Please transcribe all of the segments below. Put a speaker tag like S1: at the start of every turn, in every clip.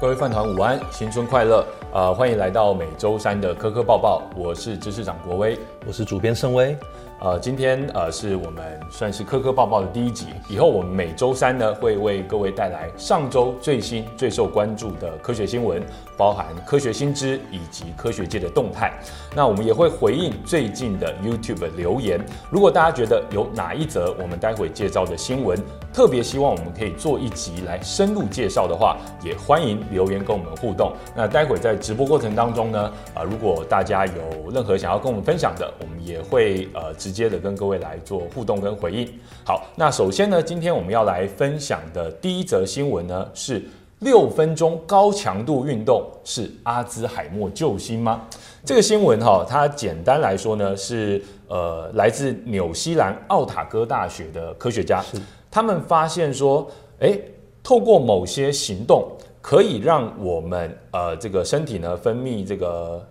S1: 各位饭团午安，新春快乐！呃，欢迎来到每周三的科科报报，我是知识长国威。
S2: 我是主编盛威，
S1: 呃，今天呃是我们算是科科报报的第一集，以后我们每周三呢会为各位带来上周最新最受关注的科学新闻，包含科学新知以及科学界的动态。那我们也会回应最近的 YouTube 留言，如果大家觉得有哪一则我们待会介绍的新闻特别希望我们可以做一集来深入介绍的话，也欢迎留言跟我们互动。那待会在直播过程当中呢，啊、如果大家有任何想要跟我们分享的，我们也会呃直接的跟各位来做互动跟回应。好，那首先呢，今天我们要来分享的第一则新闻呢是。六分钟高强度运动是阿兹海默救星吗？这个新闻哈、它简单来说呢是呃来自纽西兰奥塔哥大学的科学家，他们发现说，诶，透过某些行动可以让我们呃这个身体呢分泌这个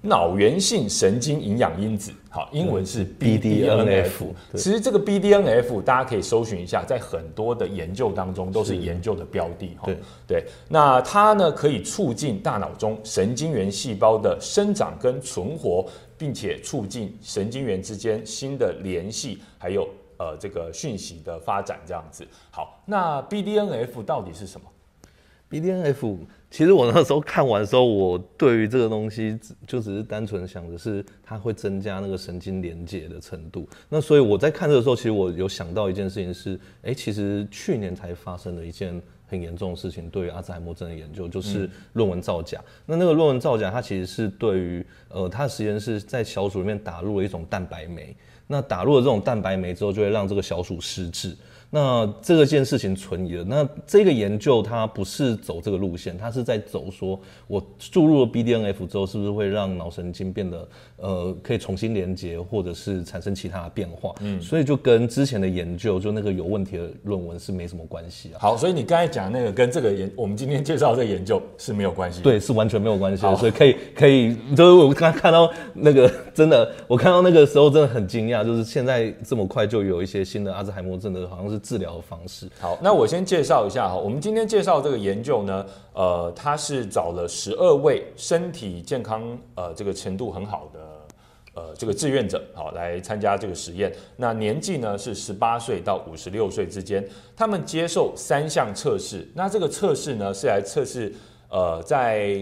S1: 脑源性神经营养因子，好，英文是
S2: 嗯
S1: BDNF。
S2: 对
S1: 其实这个 BDNF 大家可以搜寻一下，在很多的研究当中都是研究的标的哈
S2: 对。
S1: 对，那它呢可以促进大脑中神经元细胞的生长跟存活，并且促进神经元之间新的联系，还有呃这个讯息的发展这样子。好，那 BDNF 到底是什么？
S2: BDNF，其实我那时候看完的时候，我对于这个东西只就只是单纯想的是它会增加那个神经连接的程度。那所以我在看这个时候，其实我有想到一件事情是，哎、其实去年才发生的一件很严重的事情，对于阿兹海默症的研究，就是论文造假。那那个论文造假，它其实是对于呃，它的实验室在小鼠里面打入了一种蛋白酶。那打入了这种蛋白酶之后，就会让这个小鼠失智。那这个件事情存疑了。那这个研究它不是走这个路线，它是在走说，我注入了 BDNF 之后，是不是会让脑神经变得呃可以重新连接，或者是产生其他的变化？嗯，所以就跟之前的研究，就那个有问题的论文是没什么关系啊。
S1: 好，所以你刚才讲那个跟这个研，我们今天介绍的这个研究是没有关系的。
S2: 对，是完全没有关系的，啊所以可以可以，就是我刚看到那个真的，我看到那个时候真的很惊讶，就是现在这么快就有一些新的阿兹海默症的好像是治疗的方式，
S1: 好，那我先介绍一下哈，我们今天介绍这个研究呢，呃，它是找了十二位身体健康呃这个程度很好的呃这个志愿者，好来参加这个实验。那年纪呢是十八岁到五十六岁之间，他们接受三项测试。那这个测试呢是来测试呃在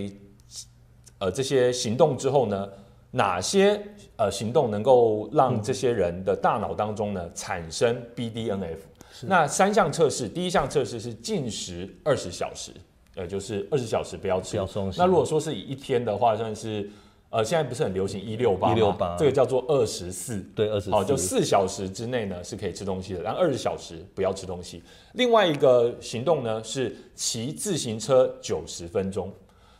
S1: 呃这些行动之后呢，哪些呃行动能够
S2: 嗯
S1: 让这些人的大脑当中呢产生 BDNF？那三项测试，第一项测试是禁食二十小时，呃，就是二十小时不要吃
S2: 不要吃东。西
S1: 那如果说是以一天的话，算是呃，现在不是很流行一六八
S2: 168
S1: 这个叫做二十四，
S2: 对，二十
S1: 好，就四小时之内呢是可以吃东西的，然后二十小时不要吃东西。另外一个行动呢是骑自行车九十分钟，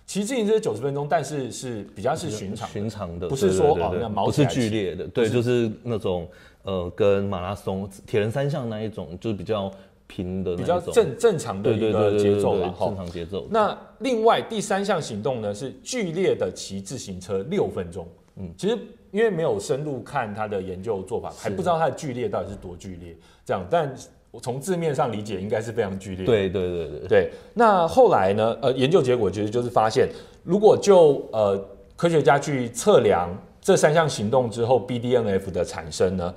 S1: 骑自行车九十分钟，但是是比较是寻常的，
S2: 寻常的，
S1: 不是
S2: 对
S1: 说
S2: 对对
S1: 哦
S2: 对
S1: 那毛
S2: 不
S1: 起
S2: 是
S1: 来
S2: 剧
S1: 骑
S2: 烈的，对，就是那种呃跟马拉松、铁人三项那一种，就是比较平的那
S1: 比
S2: 一
S1: 较
S2: 种，
S1: 正正常的
S2: 对
S1: 一
S2: 对对
S1: 个
S2: 对
S1: 节
S2: 对
S1: 奏
S2: 对
S1: 了哈
S2: 正。常节奏。
S1: 那另外第三项行动呢是剧烈的骑自行车六分钟。嗯，其实因为没有深入看他的研究做法，还不知道它的剧烈到底是多剧烈。这样，但我从字面上理解应该是非常剧烈。
S2: 对对对对，
S1: 对，那后来呢？呃，研究结果其实就是发现，如果就呃科学家去测量这三项行动之后 BDNF 的产生呢，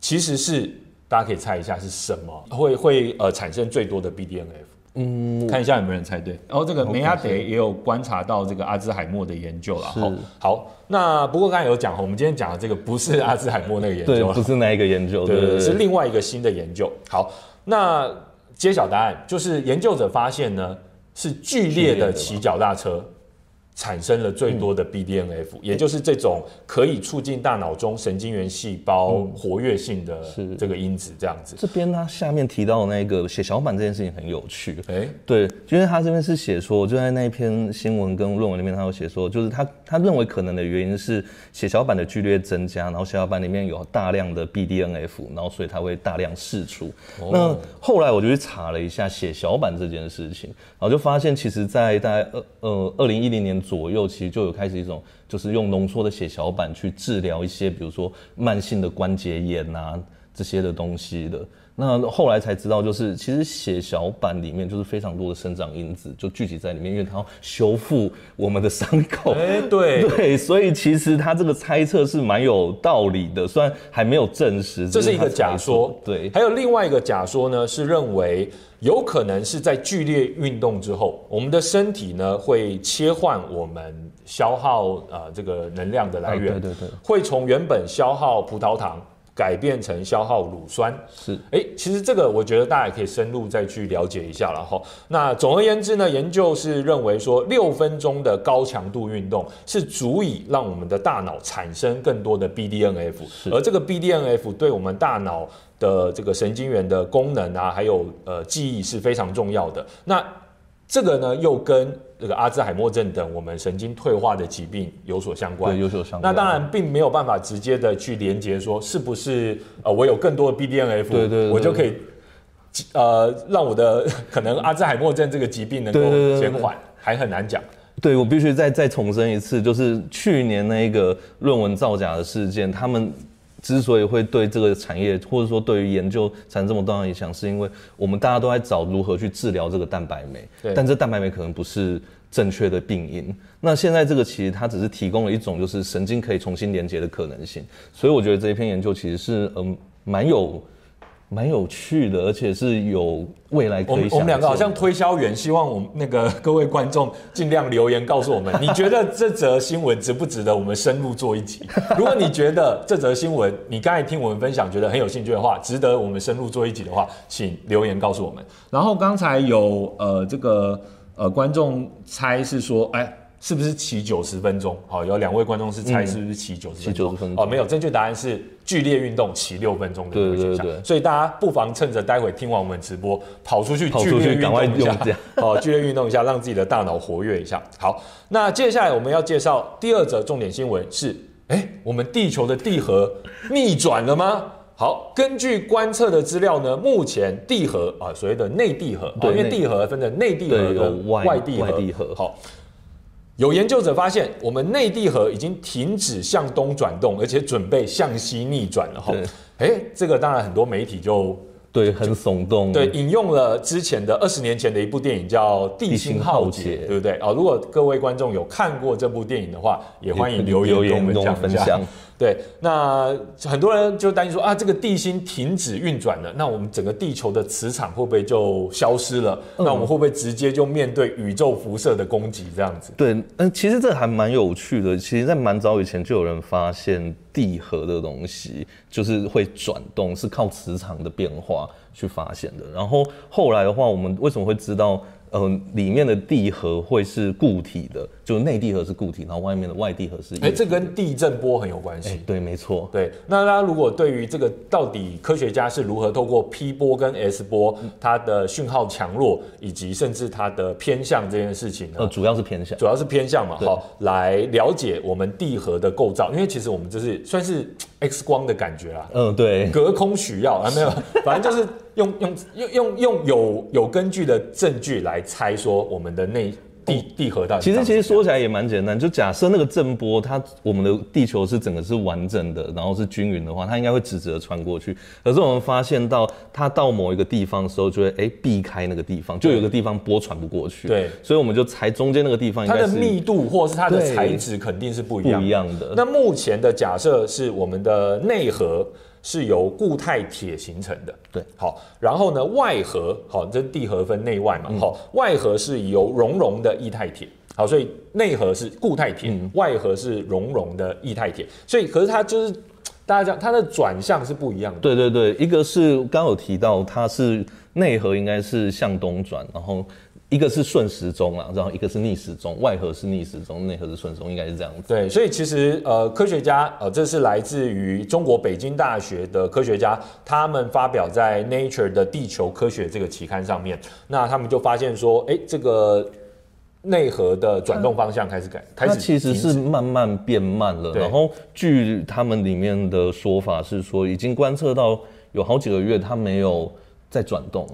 S1: 其实是大家可以猜一下是什么会会呃产生最多的 BDNF。嗯，看一下有没有人猜对。然、后哦这个梅亚德也有观察到这个阿兹海默的研究了。
S2: 是
S1: 吼好，那不过刚才有讲，我们今天讲的这个不是阿兹海默那个研
S2: 对
S1: 究了，
S2: 不是那一个研究，对
S1: 对
S2: 对
S1: 是
S2: 对，
S1: 另外一个新的研究。好，那揭晓答案就是研究者发现呢，是剧烈的骑脚踏车。产生了最多的 BDNF，、也就是这种可以促进大脑中神经元细胞活跃性的
S2: 是
S1: 这个因子，这样子。
S2: 这边它下面提到的那个写小板这件事情很有趣，
S1: 哎、
S2: 对，因为他这边是写说，就在那一篇新闻跟论文里面，他有写说，就是他他认为可能的原因是血小板的剧烈增加，然后血小板里面有大量的 BDNF，然后所以它会大量释出。那后来我就去查了一下血小板这件事情，然后就发现其实在大概呃呃二零一零年左右，其实就有开始一种就是用浓缩的血小板去治疗一些，比如说慢性的关节炎啊。这些的东西的。那后来才知道，就是其实血小板里面就是非常多的生长因子就聚集在里面，因为它要修复我们的伤口。
S1: 哎，对，
S2: 对，所以其实他这个猜测是蛮有道理的，虽然还没有证实，
S1: 这是
S2: 只
S1: 一个
S2: 他
S1: 假
S2: 猜测
S1: 说。
S2: 对，
S1: 还有另外一个假说呢，是认为有可能是在剧烈运动之后，我们的身体呢会切换我们消耗呃这个能量的来源，
S2: 嗯对对对
S1: 会从原本消耗葡萄糖改变成消耗乳酸。
S2: 是。
S1: 哎，其实这个我觉得大家也可以深入再去了解一下了哈。那总而言之呢，研究是认为说六分钟的高强度运动是足以让我们的大脑产生更多的 BDNF，而这个 BDNF 对我们大脑的这个神经元的功能啊，还有呃记忆是非常重要的。那这个呢，又跟这个阿兹海默症等我们神经退化的疾病有所相关
S2: 对，。有所相
S1: 那
S2: 关。
S1: 当然并没有办法直接的去连接说是不是呃我有更多的 BDNF，
S2: 对对对
S1: 我就可以呃让我的 可能阿兹海默症这个疾病能够
S2: 对对对对
S1: 减缓，还很难讲。
S2: 对我必须再再重申一次，就是去年那个论文造假的事件，他们之所以会对这个产业或者说对于研究产生这么大的影响，是因为我们大家都在找如何去治疗这个蛋白酶
S1: 对，
S2: 但这蛋白酶可能不是正确的病因。那现在这个其实它只是提供了一种就是神经可以重新连接的可能性，所以我觉得这一篇研究其实是嗯蛮有。蛮有趣的，而且是有未来可
S1: 我
S2: 以
S1: 们
S2: 想
S1: 我们两个好
S2: 见
S1: 像推销员，希望我们那个各位观众尽量留言告诉 我们，你觉得这则新闻值不值得我们深入做一集？如果你觉得这则新闻你刚才听我们分享觉得很有兴趣的话，值得我们深入做一集的话，请留言告诉我们。然后刚才有呃这个呃观众猜是说，哎。是不是骑九十分钟？好、有两位观众是猜是不是嗯骑九十分钟？
S2: 90分钟
S1: 哦，没有，正确答案是剧烈运动骑六分钟的一个
S2: 对
S1: 选
S2: 对
S1: 项
S2: 对
S1: 所以大家不妨趁着待会听完我们直播，跑出去
S2: 跑出去
S1: 剧烈运
S2: 赶快
S1: 动一下
S2: 用这样
S1: 哦，剧烈运动一下，让自己的大脑活跃一下。好，那接下来我们要介绍第二则重点新闻是，哎，我们地球的地核逆转了吗？好，根据观测的资料呢，目前地核啊，所谓的内地核，哦
S2: 对
S1: 因为
S2: 内
S1: 地核分成内地核
S2: 对有
S1: 跟
S2: 外
S1: 外地核。
S2: 外地核
S1: 好，有研究者发现，我们内地核已经停止向东转动，而且准备向西逆转了哈
S2: 对。
S1: 哎，这个当然很多媒体就
S2: 对很耸动，
S1: 对，引用了之前的二十年前的一部电影叫《地心浩劫
S2: 地心浩》，劫
S1: 对不对？啊、如果各位观众有看过这部电影的话，也欢迎
S2: 也
S1: 留言
S2: 留言
S1: 跟我
S2: 跟我
S1: 们
S2: 们
S1: 讲一
S2: 分
S1: 下
S2: 享。
S1: 对，那很多人就担心说啊，这个地心停止运转了，那我们整个地球的磁场会不会就消失了？那我们会不会直接就面对宇宙辐射的攻击这样子？
S2: 对，嗯，其实这还蛮有趣的。其实，在蛮早以前就有人发现地核的东西，就是会转动，是靠磁场的变化去发现的。然后后来的话，我们为什么会知道，嗯、里面的地核会是固体的，就是内地核是固体，然后外面的外地核是液体。
S1: 哎，这跟地震波很有关系。
S2: 哎对，没错，
S1: 对，那大家如果对于这个到底科学家是如何透过 P 波跟 S 波
S2: 嗯
S1: 它的讯号强弱以及甚至它的偏向这件事情呢，
S2: 呃，主要是偏向。
S1: 主要是偏向嘛，
S2: 对
S1: 好来了解我们地核的构造，因为其实我们这是算是 X 光的感觉啦。
S2: 嗯、对，
S1: 隔空取药啊，没 有，反正就是用用用用用有有根据的证据来猜说我们的内地地核到底
S2: 其
S1: 长什么样。
S2: 实其实说起来也蛮简单，就假设那个震波，它我们的地球是整个是完整的，然后是均匀的话，它应该会直直的穿过去。可是我们发现到它到某一个地方的时候，就会哎、避开那个地方，就有一个地方波传不过去。
S1: 对
S2: 所以我们就猜中间那个地方应
S1: 它
S2: 该
S1: 的
S2: 是
S1: 密度或者是它的
S2: 对
S1: 材质肯定是不一
S2: 不
S1: 样
S2: 一
S1: 的。
S2: 样的。
S1: 那目前的假设是我们的内核是由固态铁形成的，
S2: 对，
S1: 好，然后呢外核，好，这地核分内外
S2: 嗯
S1: 嘛，好，外核是由熔融的液态铁。好，所以内核是固态铁，
S2: 嗯
S1: 外核是熔融的液态铁，所以可是它就是大家讲它的转向是不一样的。
S2: 对对对，一个是刚刚有提到，它是内核应该是向东转，然后一个是顺时钟啊，然后一个是逆时钟，外核是逆时钟，内核是顺时钟，应该是这样子。
S1: 对，所以其实呃，科学家呃，这是来自于中国北京大学的科学家，他们发表在《Nature》的《地球科学》这个期刊上面，那他们就发现说，哎，这个内核的转动方向开始改，开
S2: 它
S1: 始
S2: 其实
S1: 停
S2: 是慢慢变慢了。
S1: 对
S2: 然后据他们里面的说法是说，已经观测到有好几个月它没有再转动了。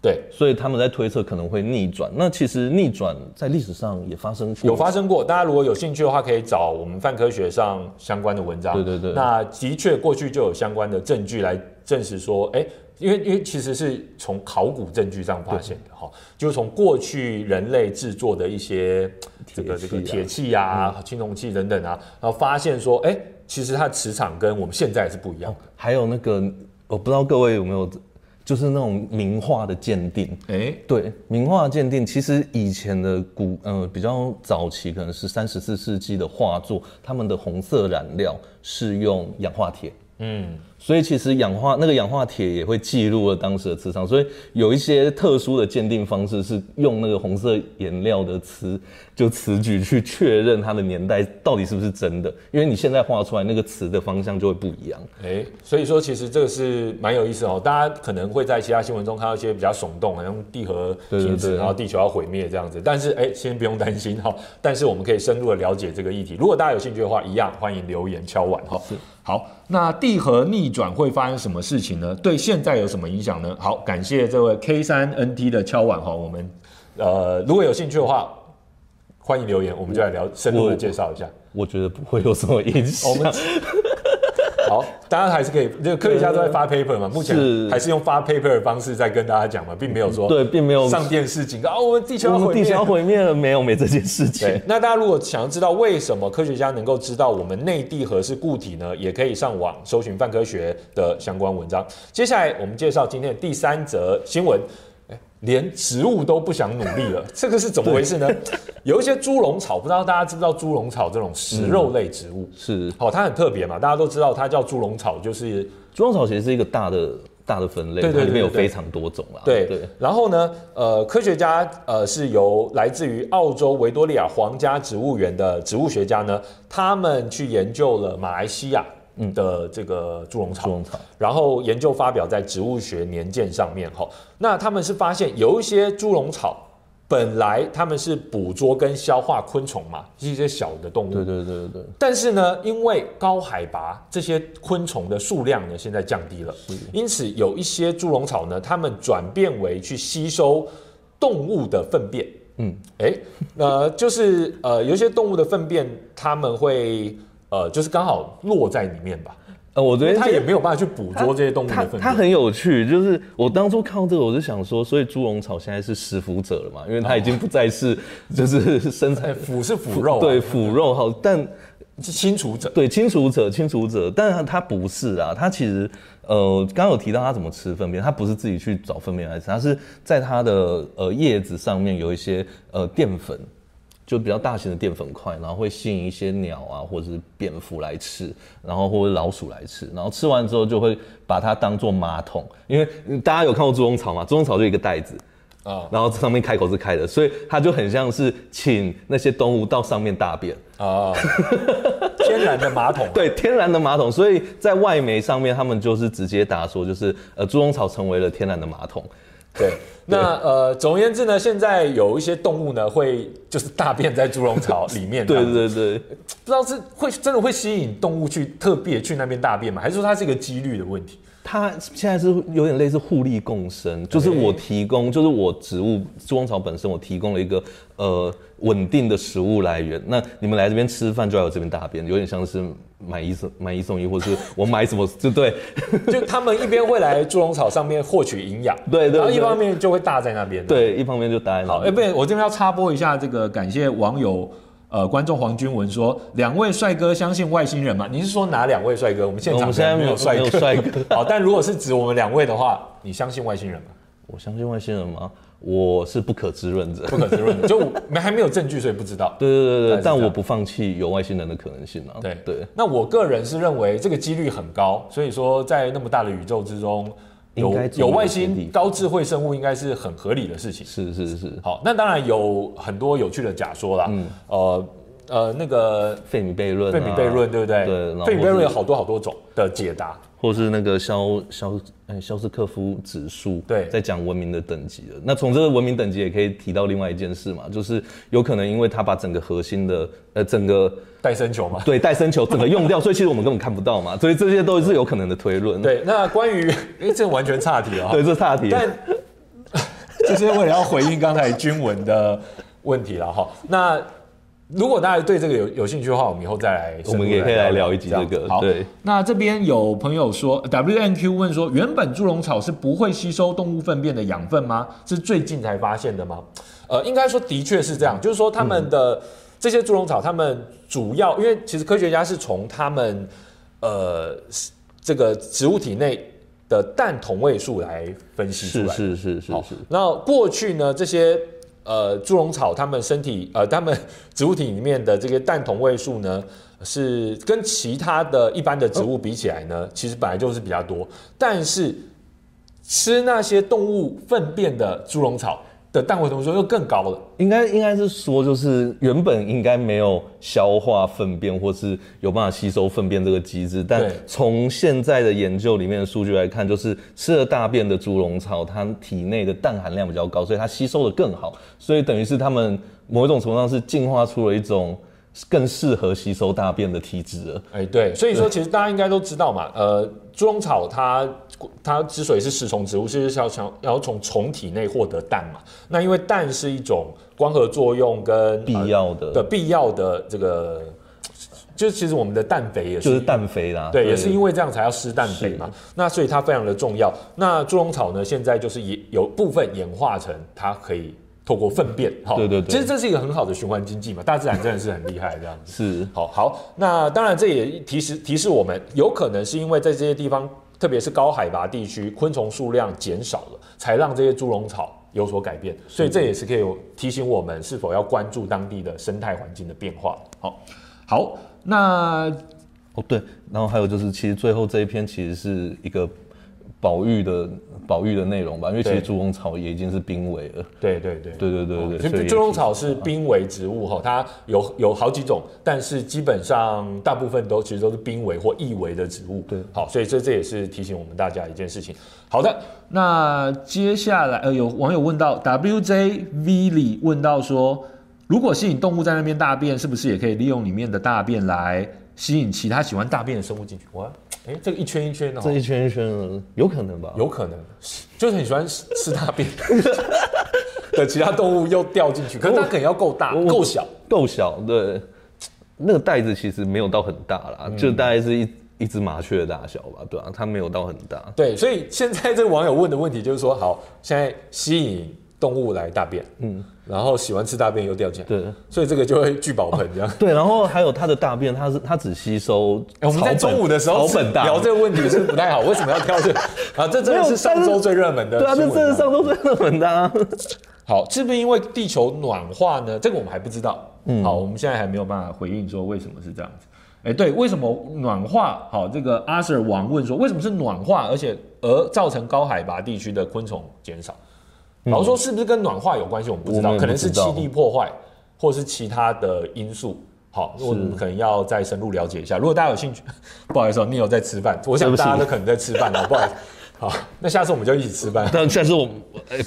S1: 对，
S2: 所以他们在推测可能会逆转。那其实逆转在历史上也发生过，
S1: 有发生过。大家如果有兴趣的话，可以找我们泛科学上相关的文章。
S2: 对对对
S1: 那的确过去就有相关的证据来证实说，哎、因为因为其实是从考古证据上发现的哈，就是从过去人类制作的一些这个这个铁
S2: 铁啊嗯
S1: 器啊、青铜器等等啊，然后发现说，哎、其实它的磁场跟我们现在是不一样的。
S2: 还有那个我不知道各位有没有，就是那种名画的鉴定。
S1: 哎、
S2: 对，名画鉴定其实以前的古呃比较早期，可能是三十四世纪的画作，他们的红色染料是用氧化铁。
S1: 嗯，
S2: 所以其实氧化那个氧化铁也会记录了当时的磁场，所以有一些特殊的鉴定方式是用那个红色颜料的磁就磁矩去确认它的年代到底是不是真的，因为你现在画出来那个磁的方向就会不一样。
S1: 哎，所以说其实这个是蛮有意思哦。大家可能会在其他新闻中看到一些比较耸动，好像地核
S2: 对对
S1: 停止，
S2: 对
S1: 然后地球要毁灭这样子。但是哎，先不用担心哈、但是我们可以深入的了解这个议题。如果大家有兴趣的话，一样欢迎留言敲碗哈、哦好，那地核逆转会发生什么事情呢？对现在有什么影响呢？好，感谢这位 K 三 NT 的敲碗哈、哦我们呃，如果有兴趣的话，欢迎留言，我们就来聊深入的介绍一下。
S2: 我觉得不会有什么影响。
S1: 好，大家还是可以，这个科学家都在发 paper 嘛，目前
S2: 是
S1: 还是用发 paper 的方式在跟大家讲嘛，并没有说
S2: 对，并没有
S1: 上电视警告啊，我们地球要
S2: 我们
S1: 毁
S2: 地球
S1: 灭
S2: 要。毁灭了，没有没这件事
S1: 对
S2: 情。，
S1: 那大家如果想要知道为什么科学家能够知道我们内地核是固体呢，也可以上网搜寻泛科学的相关文章。接下来我们介绍今天的第三则新闻。哎连植物都不想努力 了，这个是怎么回事呢？有一些猪笼草，不知道大家知不知道猪笼草这种食肉类植物？
S2: 是
S1: 好、它很特别嘛，大家都知道它叫猪笼草，就是
S2: 猪笼草其实是一个大的大的分类，
S1: 对对对
S2: 它里面有
S1: 对对
S2: 非常多种啦。
S1: 啊对
S2: 对，
S1: 然后呢，呃，科学家呃是由来自于澳洲维多利亚皇家植物园的植物学家呢，他们去研究了马来西亚的这个猪笼
S2: 嗯猪
S1: 草。
S2: 笼草
S1: 然后研究发表在《植物学年鉴》上面哈，那他们是发现有一些猪笼草，本来他们是捕捉跟消化昆虫嘛，是一些小的动物，
S2: 对对对对对，
S1: 但是呢，因为高海拔，这些昆虫的数量呢现在降低了，因此有一些猪笼草呢，它们转变为去吸收动物的粪便。嗯
S2: 嗯，
S1: 哎，呃，就是呃，有一些动物的粪便，它们会呃，就是刚好落在里面吧，
S2: 呃，我昨天
S1: 它也没有办法去捕捉这些动物的
S2: 它
S1: 粪便。
S2: 它很有趣，就是我当初看到这个，我就想说，所以猪笼草现在是食腐者了嘛，因为它已经不再是就是生
S1: 哎
S2: 产
S1: 腐是哦 腐肉、啊，
S2: 对，腐肉好，但
S1: 是清除者。
S2: 对清除者清除者，但它它不是啊，它其实呃刚刚有提到它怎么吃粪便，它不是自己去找粪便来吃，它是在它的呃叶子上面有一些呃淀粉。就比较大型的淀粉块，然后会吸引一些鸟啊，或者是蝙蝠来吃，然后或者老鼠来吃，然后吃完之后就会把它当做马桶，因为嗯大家有看过猪笼草吗？猪笼草就一个袋子，
S1: 啊
S2: 然后上面开口是开的，所以它就很像是请那些动物到上面大便，
S1: 啊， 天然的马桶啊。
S2: 对，天然的马桶，所以在外媒上面他们就是直接打说，就是呃，猪笼草成为了天然的马桶。
S1: 对， 那呃，总而言之呢，现在有一些动物呢，会就是大便在猪笼 草里面。
S2: 对
S1: 这样子
S2: 对对，
S1: 不知道是会真的会吸引动物去特别去那边大便吗？还是说它是一个几率的问题？
S2: 它现在是有点类似互利共生，就是我提供，就是我植物猪笼草本身，我提供了一个呃稳定的食物来源。那你们来这边吃饭就要有这边大便，有点像是买一送买一送一，或是我买什么，就对
S1: 就他们一边会来猪笼草上面获取营养，
S2: 对对对
S1: 然后一方面就会大在那边。
S2: 对，一方面就答应
S1: 好，哎、
S2: 了。
S1: 不对，我这边要插播一下，这个感谢网友。呃，观众黄君文说：“两位帅哥相信外星人吗？”您是说哪两位帅哥？我们现场
S2: 我们现在
S1: 可能没有帅
S2: 没有
S1: 哥。
S2: 帅哥
S1: 好，但如果是指我们两位的话，你相信外星人吗？
S2: 我相信外星人吗？我是不可知论者。
S1: 不可知论，就我们还没有证据，所以不知道。
S2: 对对对
S1: 大概
S2: 对，
S1: 是
S2: 但
S1: 这
S2: 我
S1: 样
S2: 不放弃有外星人的可能性啊。
S1: 对
S2: 对，
S1: 那我个人是认为这个几率很高，所以说在那么大的宇宙之中，有
S2: 应该总
S1: 有
S2: 有
S1: 外
S2: 一些地
S1: 星
S2: 方
S1: 高智慧生物应该是很合理的事情。
S2: 是是是，
S1: 好，那当然有很多有趣的假说啦，
S2: 嗯
S1: 呃呃，那个
S2: 费米悖论、啊，
S1: 费米悖论，对不对？
S2: 对然后
S1: 费米悖论
S2: 是
S1: 有好多好多种的解答。
S2: 或是那个肖肖哎肖斯克夫指数，
S1: 对
S2: 在讲文明的等级的。那从这个文明等级也可以提到另外一件事嘛，就是有可能因为他把整个核心的呃整个
S1: 戴森球嘛，
S2: 对戴森球 整个用掉，所以其实我们根本看不到嘛，所以这些都是有可能的推论。
S1: 对。那关于，哎，这完全岔题啊、
S2: 对，这是差题。
S1: 但 这是为了要回应刚才军文的问题了哈。那如果大家对这个有有兴趣的话，我们以后再来深入
S2: 我
S1: 地聊，
S2: 们也可以来聊一集这
S1: 样
S2: 个
S1: 子好，，
S2: 对，
S1: 那这边有朋友说，WNQ 问说，原本猪笼草是不会吸收动物粪便的养分吗？是最近才发现的吗？呃，应该说的确是这样，就是说他们的、
S2: 嗯
S1: 这些猪笼草，他们主要因为其实科学家是从他们呃这个植物体内的氮同位素来分析出来
S2: 是
S1: 的
S2: 是是是
S1: 好
S2: 是，
S1: 那过去呢，这些呃猪笼草它们身体呃它们植物体里面的这个氮同位素呢，是跟其他的一般的植物比起来呢，其实本来就是比较多，但是吃那些动物粪便的猪笼草的氮回同位素又更高了。
S2: 应该应该是说，就是原本应该没有消化粪便或是有办法吸收粪便这个机制，但
S1: 对
S2: 从现在的研究里面的数据来看，就是吃了大便的猪笼草，它体内的氮含量比较高，所以它吸收的更好，所以等于是它们某一种程度上是进化出了一种更适合吸收大便的体质了。
S1: 哎，对，所以说其实大家应该都知道嘛，呃，猪笼草它它之所以是食虫植物，是要想要从虫体内获得氮嘛。那因为氮是一种光合作用跟
S2: 必
S1: 呃
S2: 要的
S1: 的必要的这个，就是其实我们的氮肥也是，
S2: 就是氮肥啦，
S1: 对，也是因为这样才要施氮肥嘛。那所以它非常的重要。那猪笼草呢，现在就是也有部分演化成它可以透过粪便，哈
S2: 对对对
S1: 其实这是一个很好的循环经济嘛，大自然真的是很厉害这样子。
S2: 是
S1: 好好，那当然这也提示提示我们，有可能是因为在这些地方，特别是高海拔地区，昆虫数量减少了，才让这些猪笼草有所改变，所以这也是可以有提醒我们是否要关注当地的生态环境的变化。好，好，那
S2: 哦，对，然后还有就是，其实最后这一篇其实是一个保育的保育的内容吧，因为其实
S1: 对
S2: 猪笼草也已经是濒危了。
S1: 对对对
S2: 对对对对
S1: 就
S2: 所以也
S1: 哦
S2: 嗯
S1: 猪笼草是濒危植物哈，它有有好几种，但是基本上大部分都其实都是濒危或易危的植物。
S2: 对
S1: 好，所以这这也是提醒我们大家一件事情。好的，那接下来呃，有网友问到 WJV 里问到说，如果吸引动物在那边大便，是不是也可以利用里面的大便来吸引其他喜欢大便的生物进去？哇，哎，这个一圈一圈的、哦
S2: 这，一圈一圈的，有可能吧？
S1: 有可能就是很喜欢吃吃大便 的其他动物又掉进去，可是它可能要够大、
S2: 我
S1: 够小。
S2: 够小的，那个袋子其实没有到很大啦，
S1: 嗯
S2: 就大概是一一只麻雀的大小吧，对啊，它没有到很大。
S1: 对，所以现在这个网友问的问题就是说，好，现在吸引动物来大便，嗯，然后喜欢吃大便又掉进来，
S2: 对
S1: 所以这个就会聚宝盆这样。
S2: 对，然后还有它的大便，它是它只吸收
S1: 哎我们在
S2: 草本
S1: 中午的时候
S2: 草本大
S1: 聊这个问题是不是不太好，为什么要挑这个？ 啊，这真的
S2: 没
S1: 是
S2: 有
S1: 上周最热 门的
S2: 对啊，
S1: 新闻
S2: 这真的上都最热门的啊。
S1: 好，是不是因为地球暖化呢？这个我们还不知道。嗯，好，我们现在还没有办法回应说为什么是这样子。哎，对，为什么暖化？好，这个阿 Sir 王问说，为什么是暖化，而且而造成高海拔地区的昆虫减少？老实说，是不是跟暖化有关系？我们不知
S2: 嗯我
S1: 道，
S2: 们也
S1: 可能是
S2: 不知道
S1: 气地破坏，或是其他的因素。好，我们可能要再深入了解一下。如果大家有兴趣， 不好意思、哦，你有在吃饭，我想
S2: 对不起
S1: 大家都可能在吃饭了，哦不好意思。好，那下次我们就一起吃饭。
S2: 但但是我，哎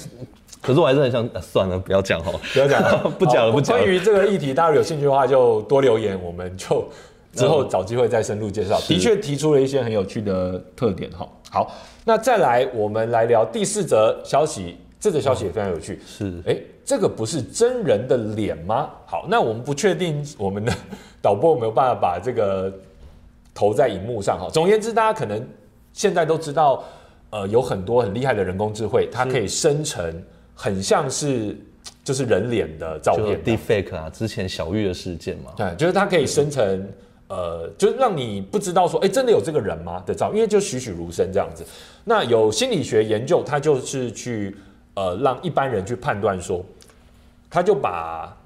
S2: 可是我还是很想，啊算了，不要讲好了。
S1: 不要讲了
S2: 不讲了
S1: 好
S2: 不讲了
S1: 关于这个议题，大家有兴趣的话就多留言，我们就之后找机会再深入介绍。的确提出了一些很有趣的特点哈。好，那再来我们来聊第四则消息，这则消息也非常有趣。
S2: 是
S1: 哎，这个不是真人的脸吗？好，那我们不确定我们的导播有没有办法把这个投在荧幕上哈。总而言之，大家可能现在都知道，呃，有很多很厉害的人工智慧，它可以生成很像是就是人脸的照
S2: 就
S1: 片，
S2: deepfake 啊，之前小玉的事件嘛，
S1: 对，就是它可以生成。呃，就是让你不知道说，哎、真的有这个人吗的照片，因为就栩栩如生这样子。那有心理学研究，它就是去呃让一般人去判断说，他就把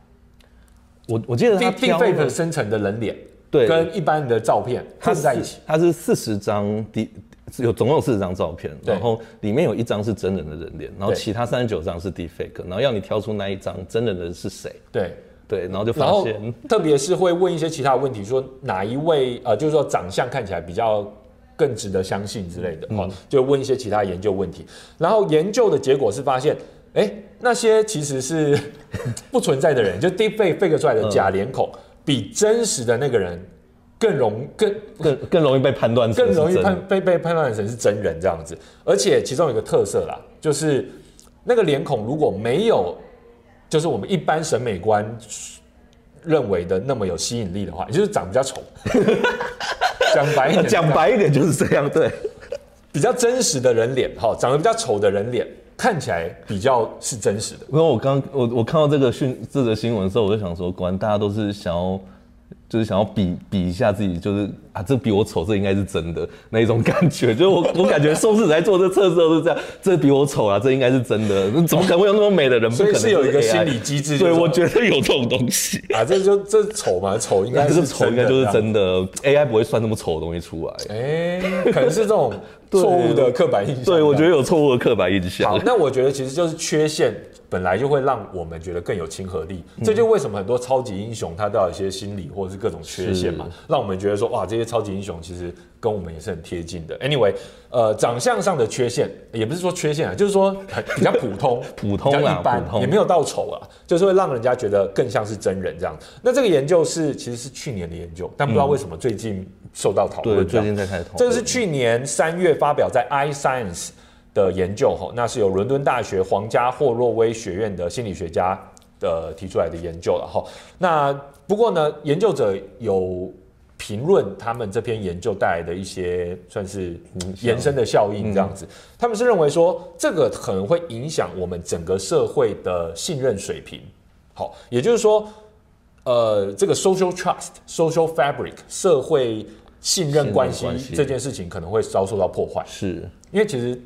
S2: 我我记得他
S1: 定定
S2: 挑
S1: 费的
S2: 了，
S1: 生成的人脸，
S2: 对
S1: 跟一般人的照片
S2: 他
S1: 混在一起，，
S2: 他是四十张的。有总共有四十张照片，
S1: 对
S2: 然后里面有一张是真人的人脸，然后
S1: 对
S2: 其他三十九张是 deepfake，然后要你挑出那一张真人的是谁，
S1: 对。
S2: 对，然后就
S1: 然
S2: 发
S1: 后
S2: 现，
S1: 特别是会问一些其他的问题，说哪一位呃，就是说长相看起来比较更值得相信之类的，
S2: 嗯
S1: 哦，就问一些其他研究问题。然后研究的结果是发现，哎，那些其实是不存在的人，就 deepfake fake 出来的假脸孔，比真实的那个人更容更
S2: 更更容易被判断成
S1: 更容易
S2: 是真的
S1: 判被被判断成是真人这样子。而且其中有一个特色啦，就是那个脸孔如果没有，就是我们一般审美观认为的那么有吸引力的话，也就是长比较丑。 讲白一点，
S2: 讲白一点就是这样，对，
S1: 比较真实的人脸，哈，长得比较丑的人脸看起来比较是真实的。
S2: 因为我刚我我看到这个讯这则新闻的时候，我就想说，果然大家都是想要，就是想要比比一下自己，就是啊，这比我丑，这应该是真的那一种感觉。就是我 我感觉宋氏在做这测试都是这样，这比我丑啊，这应该是真的，那怎么可能会有那么美的人？不
S1: 所
S2: 可
S1: 以
S2: 能
S1: 是有一个
S2: AI
S1: 心理机制，
S2: 对，
S1: 就是
S2: 我觉得有这种东西。
S1: 啊，这就这丑嘛，丑应该
S2: 这
S1: 是
S2: 个丑应该就是真的，AI 不会算那么丑的东西出来。
S1: 这样。哎，可能是这 种错误的刻板印象。
S2: 对，我觉
S1: 得。
S2: 得有错误的刻板印
S1: 好
S2: 象，。
S1: 那我觉得其实就是缺陷本来就会让我们觉得更有亲和力，
S2: 嗯
S1: 这就是为什么很多超级英雄他都有一些心理或者是各种缺陷嘛，让我们觉得说哇，这些超级英雄其实跟我们也是很贴近的。Anyway，呃，长相上的缺陷也不是说缺陷啊，就是说很比较普通，
S2: 普通啦啊
S1: 比较一般
S2: 普，通
S1: 也没有到丑啊，就是会让人家觉得更像是真人这样。那这个研究是其实是去年的研究，但不知道为什么最近受到讨论
S2: 嗯对，
S1: 这样。
S2: 最近在开始讨论。
S1: 这个是去年三月发表在《iScience》的研究，吼，那是由伦敦大学皇家霍洛威学院的心理学家呃提出来的研究了，吼。那不过呢，研究者有评论他们这篇研究带来的一些算是延伸的效应，这样子。他们是认为说，这个可能会影响我们整个社会的信任水平。好，也就是说，呃，这个 social trust、social fabric 社会信任关系
S2: 信任关系
S1: 这件事情可能会遭受到破坏，
S2: 是
S1: 因为其实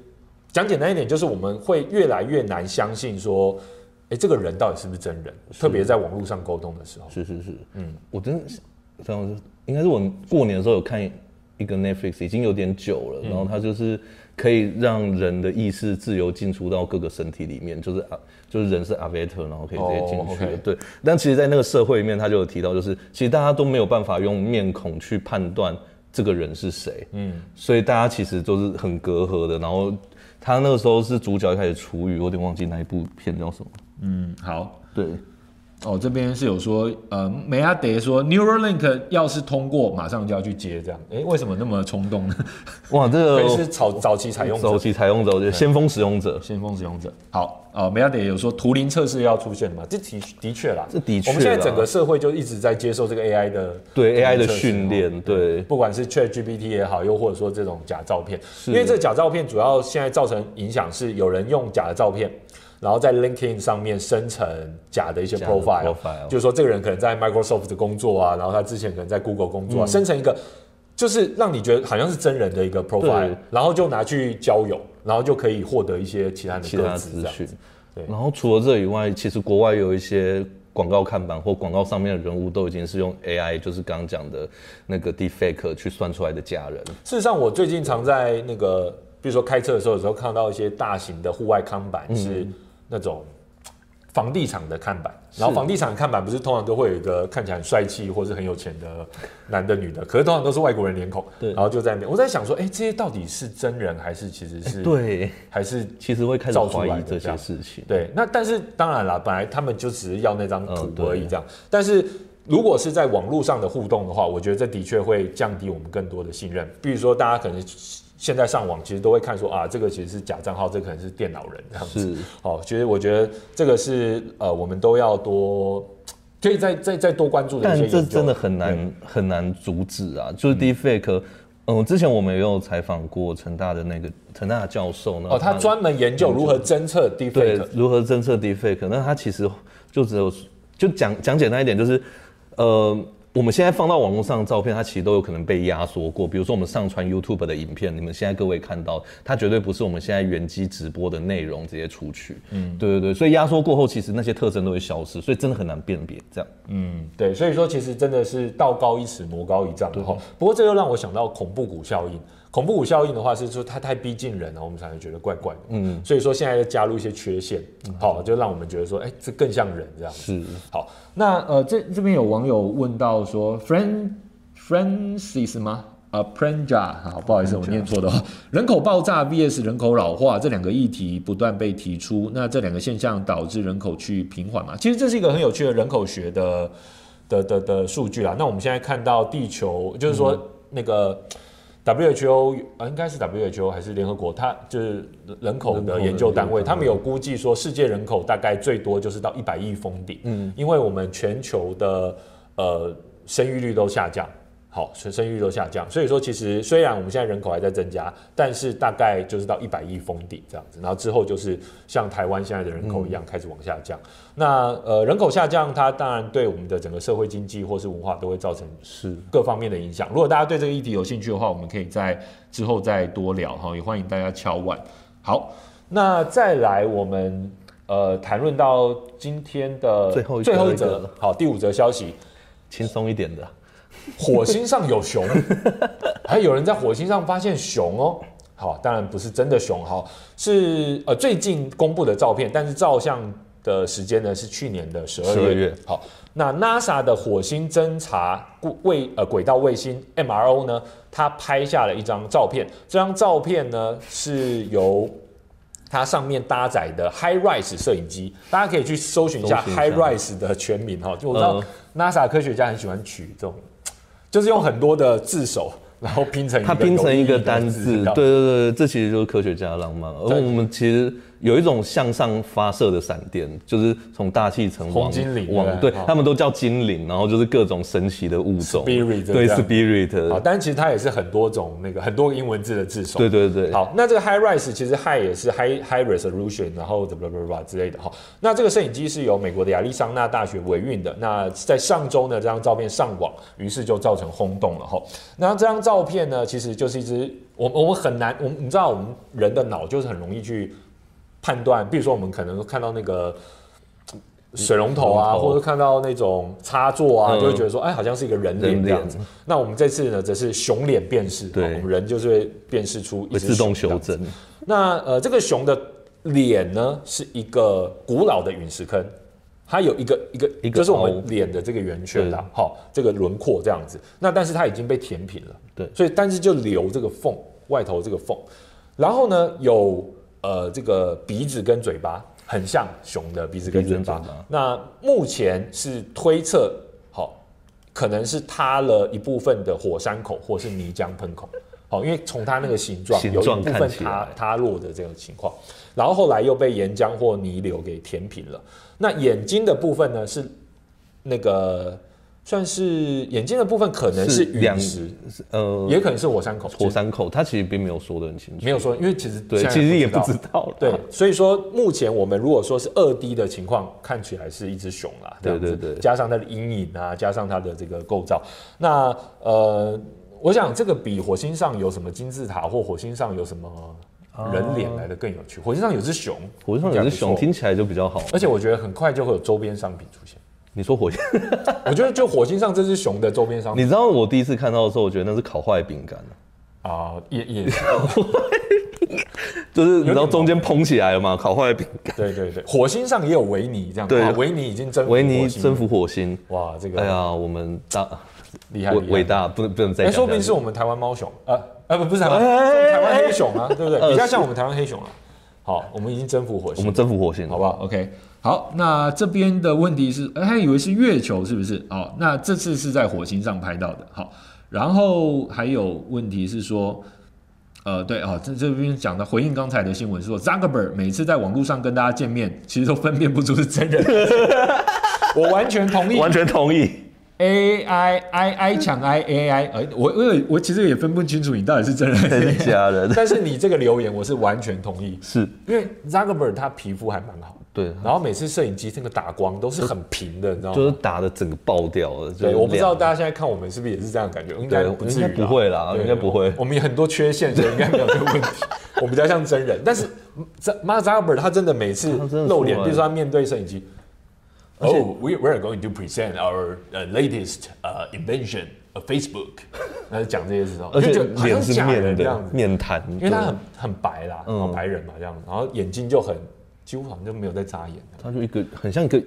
S1: 讲简单一点，就是我们会越来越难相信说，哎，这个人到底是不是真人？特别在网络上沟通的时候，
S2: 是是是，嗯，我真的是这样子，应该是我过年的时候有看一个 Netflix，已经有点久了，然后它就是可以让人的意识自由进出到各个身体里面，就是啊，就是人是 avatar，然后可以直接进去
S1: 哦
S2: 的。
S1: ，OK
S2: 对，但其实，在那个社会里面，他就有提到，就是其实大家都没有办法用面孔去判断这个人是谁，嗯，所以大家其实都是很隔阂的，然后。他那个时候是主角一开始出狱，我有点忘记那一部片叫什么。
S1: 嗯，好，
S2: 对，
S1: 哦，这边是有说，呃，梅阿德说 Neuralink 要是通过，马上就要去接这样。诶，为什么那么冲动呢？
S2: 哇，这
S1: 所
S2: 个
S1: 以是早早期采用
S2: 早
S1: 者、
S2: 期采用者，我觉得先锋使用者，
S1: 先锋使用者。 好，哦，梅阿德也有说图灵测试要出现嘛？这的的确啦，
S2: 这的确
S1: 我们现在
S2: 啦
S1: 整个社会就一直在接受这个 AI 的
S2: 对 AI 的
S1: 测试哦
S2: 训练，对，
S1: 不管是 ChatGPT 也好，又或者说这种假照片，因为这假照片主要现在造成影响是有人用假的照片，然后在 LinkedIn 上面生成假的一些
S2: 假的
S1: profile，,
S2: profile
S1: 就是说这个人可能在 Microsoft 的工作啊，然后他之前可能在 Google 工
S2: 嗯
S1: 作啊，生成一个就是让你觉得好像是真人的一个 profile，
S2: 对
S1: 然后就拿去交友，然后就可以获得一些其他的
S2: 其
S1: 各
S2: 他
S1: 自
S2: 资
S1: 这样
S2: 讯。
S1: 对
S2: 然后除了这以外，其实国外有一些广告看板或广告上面的人物都已经是用 AI，就是刚刚讲的那个 deepfake 去算出来的假人。
S1: 事实上，我最近常在那个，比如说开车的时候，有时候看到一些大型的户外看
S2: 嗯
S1: 板是那种房地产的看板，然后房地产的看板不是通常都会有一个看起来很帅气或是很有钱的男的女的，可是通常都是外国人脸孔，
S2: 对
S1: 然后就在那边，我在想说，哎、这些到底是真人还是其实是、，
S2: 对，
S1: 还是
S2: 其实会开始
S1: 造出
S2: 怀
S1: 来
S2: 疑
S1: 的
S2: 这
S1: 这样
S2: 些事情。
S1: 对，那但是当然啦，本来他们就只是要那张
S2: 嗯
S1: 图
S2: 对
S1: 而已，这样。但是如果是在网络上的互动的话，我觉得这的确会降低我们更多的信任。比如说，大家可能现在上网其实都会看说啊，这个其实是假账号，这可能是电脑人这样子。
S2: 是
S1: 哦，其实我觉得这个是呃，我们都要多可以再再再多关注的一
S2: 但
S1: 些
S2: 这
S1: 研究。
S2: 真的很难很难阻止啊！就是 deepfake，嗯、之前我们也有采访过成大的那个成大的教授呢，
S1: 哦，他专门研究如何侦测 deepfake
S2: 对。如何侦测 deepfake，那它其实就只有就讲讲简单一点，就是呃，我们现在放到网络上的照片，它其实都有可能被压缩过。比如说我们上传 YouTube 的影片，你们现在各位看到，它绝对不是我们现在原机直播的内容直接出去。嗯，对对对，所以压缩过后，其实那些特征都会消失，所以真的很难辨别。这样，
S1: 嗯，对，所以说其实真的是道高一尺，魔高一丈哈。不过这又让我想到恐怖谷效应。恐怖谷效应的话是说它太逼近人了，我们才会觉得怪怪的。嗯，所以说现在又加入一些缺陷，好、就让我们觉得说，哎、这更像人这样。
S2: 是
S1: 嗯好，那呃，这这边有网友问到说，Fran Francis 吗？啊，Pranja，好，不好意思，我念错的哦。人口爆炸 VS 人口老化这两个议题不断被提出，那这两个现象导致人口趋平缓嘛？其实这是一个很有趣的人口学啊嗯的的的的数据啦。那我们现在看到地球，就是说那个 WHO 呃应该是 WHO 还是联合国，它就是人口
S2: 人口
S1: 的
S2: 的
S1: 研究单
S2: 研
S1: 位，
S2: 究
S1: 他们有估计说世界人口大概最多就是到一百亿封顶，嗯，因为我们全球的呃生育率都下降。好，生生育率都下降，所以说其实虽然我们现在人口还在增加，但是大概就是到一百亿封顶这样子，然后之后就是像台湾现在的人口
S2: 嗯
S1: 一样开始往下降。那呃人口下降，它当然对我们的整个社会经济或是文化都会造成
S2: 是
S1: 各方面的影响。如果大家对这个议题有兴趣的话，我们可以在之后再多聊哈，也欢迎大家敲碗。好，那再来我们呃谈论到今天的
S2: 最后一个
S1: 最后一
S2: 一个
S1: 则
S2: 了，
S1: 好，第五则消息，
S2: 轻松一点的。
S1: 火星上有熊，还有人在火星上发现熊哦。好，当然不是真的熊哈，是呃最近公布的照片，但是照相的时间呢是去年的十二月。
S2: 12月
S1: 好，那 NASA 的火星侦察故卫呃轨道卫星 MRO 呢，它拍下了一张照片，这张照片呢是由它上面搭载的 High Rise 摄影机，大家可以去搜寻一下
S2: 搜寻一
S1: High
S2: 下
S1: Rise 的全名哈，就我知道
S2: 嗯
S1: NASA 科学家很喜欢取这种就是用很多的字首，然后拼成一个
S2: 它拼成一个单
S1: 嗯有意
S2: 字
S1: 义，的
S2: 对对对，这其实就是科学家的浪漫。而
S1: 对
S2: 我们其实有一种向上发射的闪电，就是从大气层
S1: 红
S2: 往
S1: 精灵
S2: 往，
S1: 对
S2: 对
S1: 不对哦
S2: 他们都叫精灵，然后就是各种神奇的物种
S1: Spirit，
S2: 对
S1: 这样
S2: spirit，
S1: 好，但其实它也是很多种那个很多个英文字的字首。
S2: 对对对，
S1: 好，那这个 high rise 其实 high 也是 high high resolution，然后怎么 blah blah 之类的哈。那这个摄影机是由美国的亚利桑那大学委运的。那在上周呢，这张照片上网，于是就造成轰动了哈。那这张照片呢，其实就是一只我我们很难，我们你知道我们人的脑就是很容易去判断，比如说我们可能看到那个。水龙头啊，
S2: 水龙头
S1: 或者看到那种插座啊，
S2: 嗯
S1: 就会觉得说，哎，好像是一个人脸
S2: 人
S1: 这
S2: 脸
S1: 样子。那我们这次呢，则是熊脸辨识，
S2: 对
S1: 哦我们人就是会辨识出一
S2: 会
S1: 只
S2: 自动
S1: 熊这
S2: 修
S1: 样子
S2: 正，
S1: 那呃，这个熊的脸呢，是一个古老的陨石坑，它有一个一个
S2: 一个
S1: 就是我们
S2: 凹
S1: 脸的这个圆圈啦，好、这个轮廓这样子。那但是它已经被填平了，
S2: 对
S1: 所以但是就留这个缝，外头这个缝。然后呢，有呃这个鼻子跟嘴巴很像熊的鼻子跟嘴巴。
S2: 鼻子跟嘴巴
S1: 那目前是推测，好、可能是塌了一部分的火山口或是泥浆喷口。好，因为从它那个形状，
S2: 形
S1: 有一
S2: 状
S1: 部分
S2: 看起
S1: 塌
S2: 来
S1: 塌落的这种情况，然后后来又被岩浆或泥流给填平了。那眼睛的部分呢，是那个算是眼睛的部分，可能是
S2: 是
S1: 陨
S2: 两
S1: 石，
S2: 呃，
S1: 也可能是火山口。
S2: 火山口，它其实并没有说得很清楚，
S1: 没有说，因为其实
S2: 对，
S1: 现在
S2: 其实也不
S1: 道
S2: 知道啦，
S1: 对，所以说目前我们如果说是二 D 的情况，看起来是一只熊啦，这样子
S2: 对对对
S1: 加上它的阴影啊，加上它的这个构造，那呃，我想这个比火星上有什么金字塔或火星上有什么人脸来的更有趣。火星上有只熊，
S2: 火星上有只
S1: 这样
S2: 熊，
S1: 不错，
S2: 听起来就比较好。
S1: 而且我觉得很快就会有周边商品出现。
S2: 你说火星，
S1: 我觉得就火星上这只熊的周边商品
S2: 你知道我第一次看到的时候，我觉得那是烤坏饼干啊
S1: 啊、也也
S2: 就是你知道中间蓬起来了嘛，烤坏饼干，
S1: 对对对，火星上也有维尼这样，
S2: 对
S1: 哇维尼已经征服
S2: 维尼
S1: 火星
S2: 征服火星。
S1: 哇，这
S2: 哎
S1: 个
S2: 呀，我们大
S1: 厉害
S2: 伟
S1: 厉害
S2: 伟大，不能不能再
S1: 哎、
S2: 讲。
S1: 说不定是我们台湾猫熊，呃，呃，不不是台湾， 是台湾黑熊啊，对不对？比较像我们台湾黑熊啊。好，我们已经征服火
S2: 我
S1: 星
S2: 们，征服火星，
S1: 好不好？OK。好，那这边的问题是，哎，还以为是月球是不是？哦，那这次是在火星上拍到的。好，然后还有问题是说，呃，对啊、哦，这这边讲的回应刚才的新闻说，Zuckerberg 每次在网络上跟大家见面，其实都分辨不出是真人还是假 人。我完全同意，
S2: 完全同意。
S1: A I I I 抢 I A I，呃，我我有我其实也分不清楚你到底是真人还
S2: 还
S1: 是
S2: 是假人
S1: 但是你这个留言我是完全同意，
S2: 是，
S1: 因为 Zuckerberg 他皮肤还蛮好，
S2: 对，
S1: 然后每次摄影机这个打光都是很平的，你知道
S2: 就是
S1: 吗？
S2: 打的整个爆掉了。就是
S1: 对，我不知道
S2: 亮
S1: 大家现在看我们是不是也是这样的感觉，应该
S2: 对
S1: 不至于啦，
S2: 应该不会啦
S1: 对
S2: 应该不会
S1: 我们有很多缺陷，所以应该没有这个 问题。我比较像真人，但是这马 Zuckerberg 他真的每次
S2: 他真的
S1: 露脸，
S2: 出
S1: 比
S2: 来
S1: 如说他面对摄影机。
S2: 而且
S1: Oh, we we're going to present our uh, latest uh, invention of Facebook 。那讲这些事哦，
S2: 而且
S1: 就觉得好像
S2: 脸是
S1: 假
S2: 面
S1: 人这
S2: 的
S1: 样子，
S2: 面瘫，
S1: 因为他
S2: 对
S1: 很很白啦，
S2: 嗯
S1: 好白人嘛这样，然后眼睛就很几乎好像就没有在眨眼。
S2: 他就一个很像一个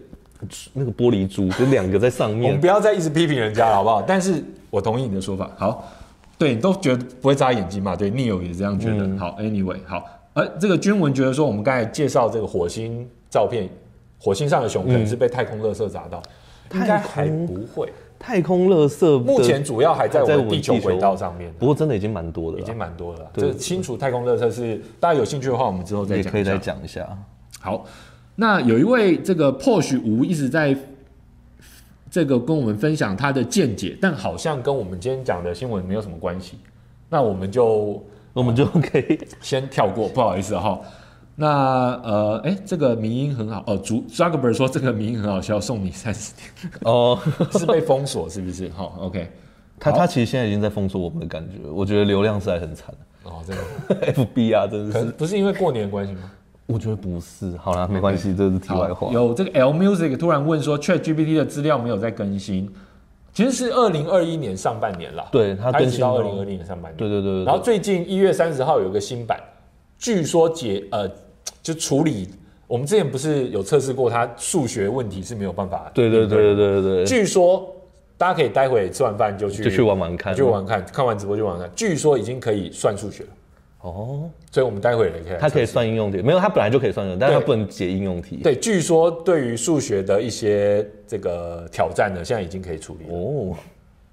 S2: 那个玻璃 珠，就两个在上
S1: 我们
S2: 面
S1: 不。要再一直批评人家了，好不好？但是我同意你的说法。好，对你都觉得不会眨眼睛嘛？对，Neil 也这样觉
S2: 嗯
S1: 得。好，Anyway，好，而这个君文觉得说，我们刚才介绍这个火星
S2: 嗯
S1: 照片，火星上的熊可能是被太空垃圾砸到，应该还不会。
S2: 太空垃圾
S1: 目
S2: 的
S1: 前主要还在我
S2: 在
S1: 们地球轨道上面，
S2: 不过真的已经蛮多的
S1: 已经
S2: 了，
S1: 蛮多了啦。
S2: 对
S1: 这清除太空垃圾是大家有兴趣的话，我们之后再
S2: 也
S1: 讲。哦
S2: 可以再。讲一下。
S1: 好，
S3: 那有一位这个 Posh 吴一直在这个跟我们分享他的见解，但
S1: 但好像跟我们今天讲的新闻没有什么关系，那我们就
S2: 我们就 可以
S1: 先跳过，不好意思哈、
S3: 那呃，哎，这个迷音很好哦。主 Zuckerberg 说这个迷音很好笑，送你三十天。
S2: 哦。
S1: 是被封锁是不是？哈、
S3: 好，OK，
S2: 他他其实现在已经在封锁我们的感觉，我觉得流量实在 很惨
S1: 哦，真的，
S2: ，FB 啊，真
S1: 可
S2: 的
S1: 能
S2: 是，
S1: 不是因为过年的关系吗？
S2: 我觉得不是。好啦，没关系，这是题外话
S3: 好，。有这个 L Music 突然问说，Chat GPT 的资料没有在更新，
S1: 其实是二零二一年上半年啦，
S2: 对它
S1: 它一
S2: 更
S1: 直
S2: 新
S1: 到
S2: 到
S1: 二零二零年上半年。
S2: 对对对对
S1: 然
S2: 对
S1: 后，最近一月三十号有一个新版，据说解呃就处理，我们之前不是有测试过它数学问题是没有办法。
S2: 对对对对对对对，
S1: 据说大家可以待会吃完饭就去
S2: 就去玩玩看。
S1: 就玩看，看完直播就玩玩看。据说已经可以算数学了，
S2: 哦，
S1: 所以我们待会也可以来测试。
S2: 它可以算应用题，没有，它本来就可以算的，但是它
S1: 对
S2: 不能解应用题。
S1: 对，据说对于数学的一些这个挑战呢，现在已经可以处理了。
S2: 哦，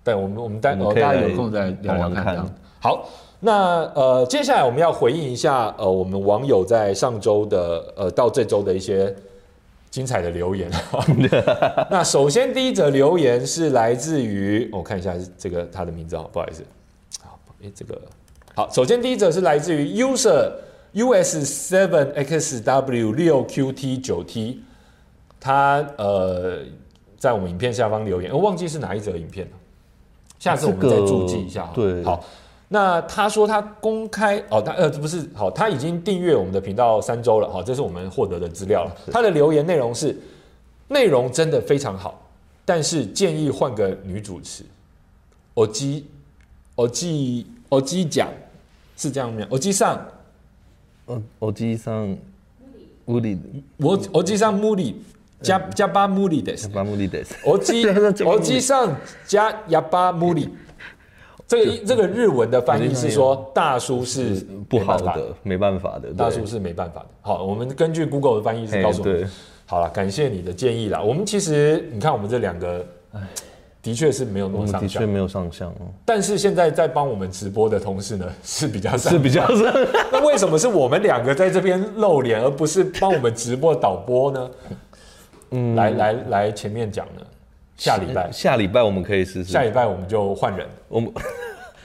S1: 对，我们我们待
S2: 我们
S1: 哦
S2: 可以
S1: 大家
S2: 来
S1: 有空再聊聊
S2: 玩玩
S1: 看。
S2: 看
S1: 这样好，那呃，接下来我们要回应一下呃，我们网友在上周的呃到这周的一些精彩的留言。 那首先第一则留言是来自于，我看一下这个他的名字啊，不好意思。好，诶，这个好，首先第一则是来自于 user US seven XW 六 QT 九 T，他呃在我们影片下方留言，我、忘记是哪一则影片了，下次我们
S2: 这
S1: 再
S2: 个
S1: 注记一下好了。
S2: 对
S1: 好。那他说他公开哦，他呃不是好，他已经订阅我们的频道三周了，好，这是我们获得的资料了。他的留言内容是内容真的非常好，但是建议换个女主持。我基，我基，我基讲是这样吗？我基上，
S2: 嗯，我记忆上，乌里
S1: 我我基上穆里加加巴穆里 的，
S2: 巴穆利德，
S1: 我基
S2: 对他叫
S1: 我基上加哑巴穆里。这个这个日文的翻译是说大叔是
S2: 不
S1: 没办
S2: 好
S1: 法，
S2: 的，没办法的，
S1: 大
S2: 对
S1: 叔是没办法的。好，我们根据 Google 的翻译是
S2: 嘿
S1: 告诉我们
S2: 哎对，
S1: 好了，感谢你的建议啦。我们其实你看我们这两个，的确是没有那
S2: 哎我
S1: 么
S2: 们
S1: 上
S2: 的
S1: 下
S2: 确，没有上相哦，
S1: 但是现在在帮我们直播的同事呢是比较上
S2: 是比较上。
S1: 那为什么是我们两个在这边露脸，而不是帮我们直播导播呢？嗯，来来来，前面讲呢，下礼拜
S2: 下礼拜我们可以试试
S1: 下。礼拜我们就换人，
S2: 我们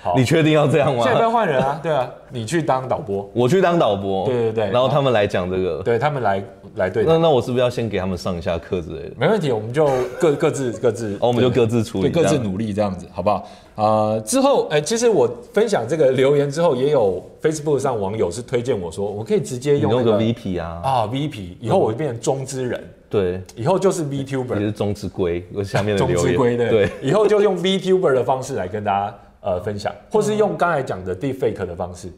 S1: 好，
S2: 你确定要这样
S1: 下礼拜
S2: 吗？
S1: 换人 啊，对啊，你去当导播，
S2: 我去当导播，
S1: 对对对
S2: 然后他们来讲这个，
S1: 对他们来来对
S2: 那
S1: 谈，
S2: 那我是不是要先给他们上一下课之类的？
S1: 没问题，我们就各各自各自，
S2: 哦，我们就
S1: 对
S2: 各自处
S1: 对
S2: 理，
S1: 各
S2: 这
S1: 自
S2: 样
S1: 努力这样子，好不好？啊，之后哎，其实我分享这个留言之后，也有 Facebook 上网友是推荐我说，我可以直接
S2: 你
S1: 用那
S2: 弄个
S1: 个
S2: VP 啊，
S1: 啊 V P，以后我就变成中之人，
S2: 对，
S1: 以后就是
S2: 你
S1: VTuber。
S2: 是中之龟，我下面的
S1: 中
S2: 留
S1: 之
S2: 言，
S1: 龟的，
S2: 对，，
S1: 以后就用 VTuber 的方式来跟大家呃分享，或是用刚才讲的 Deepfake 的方式。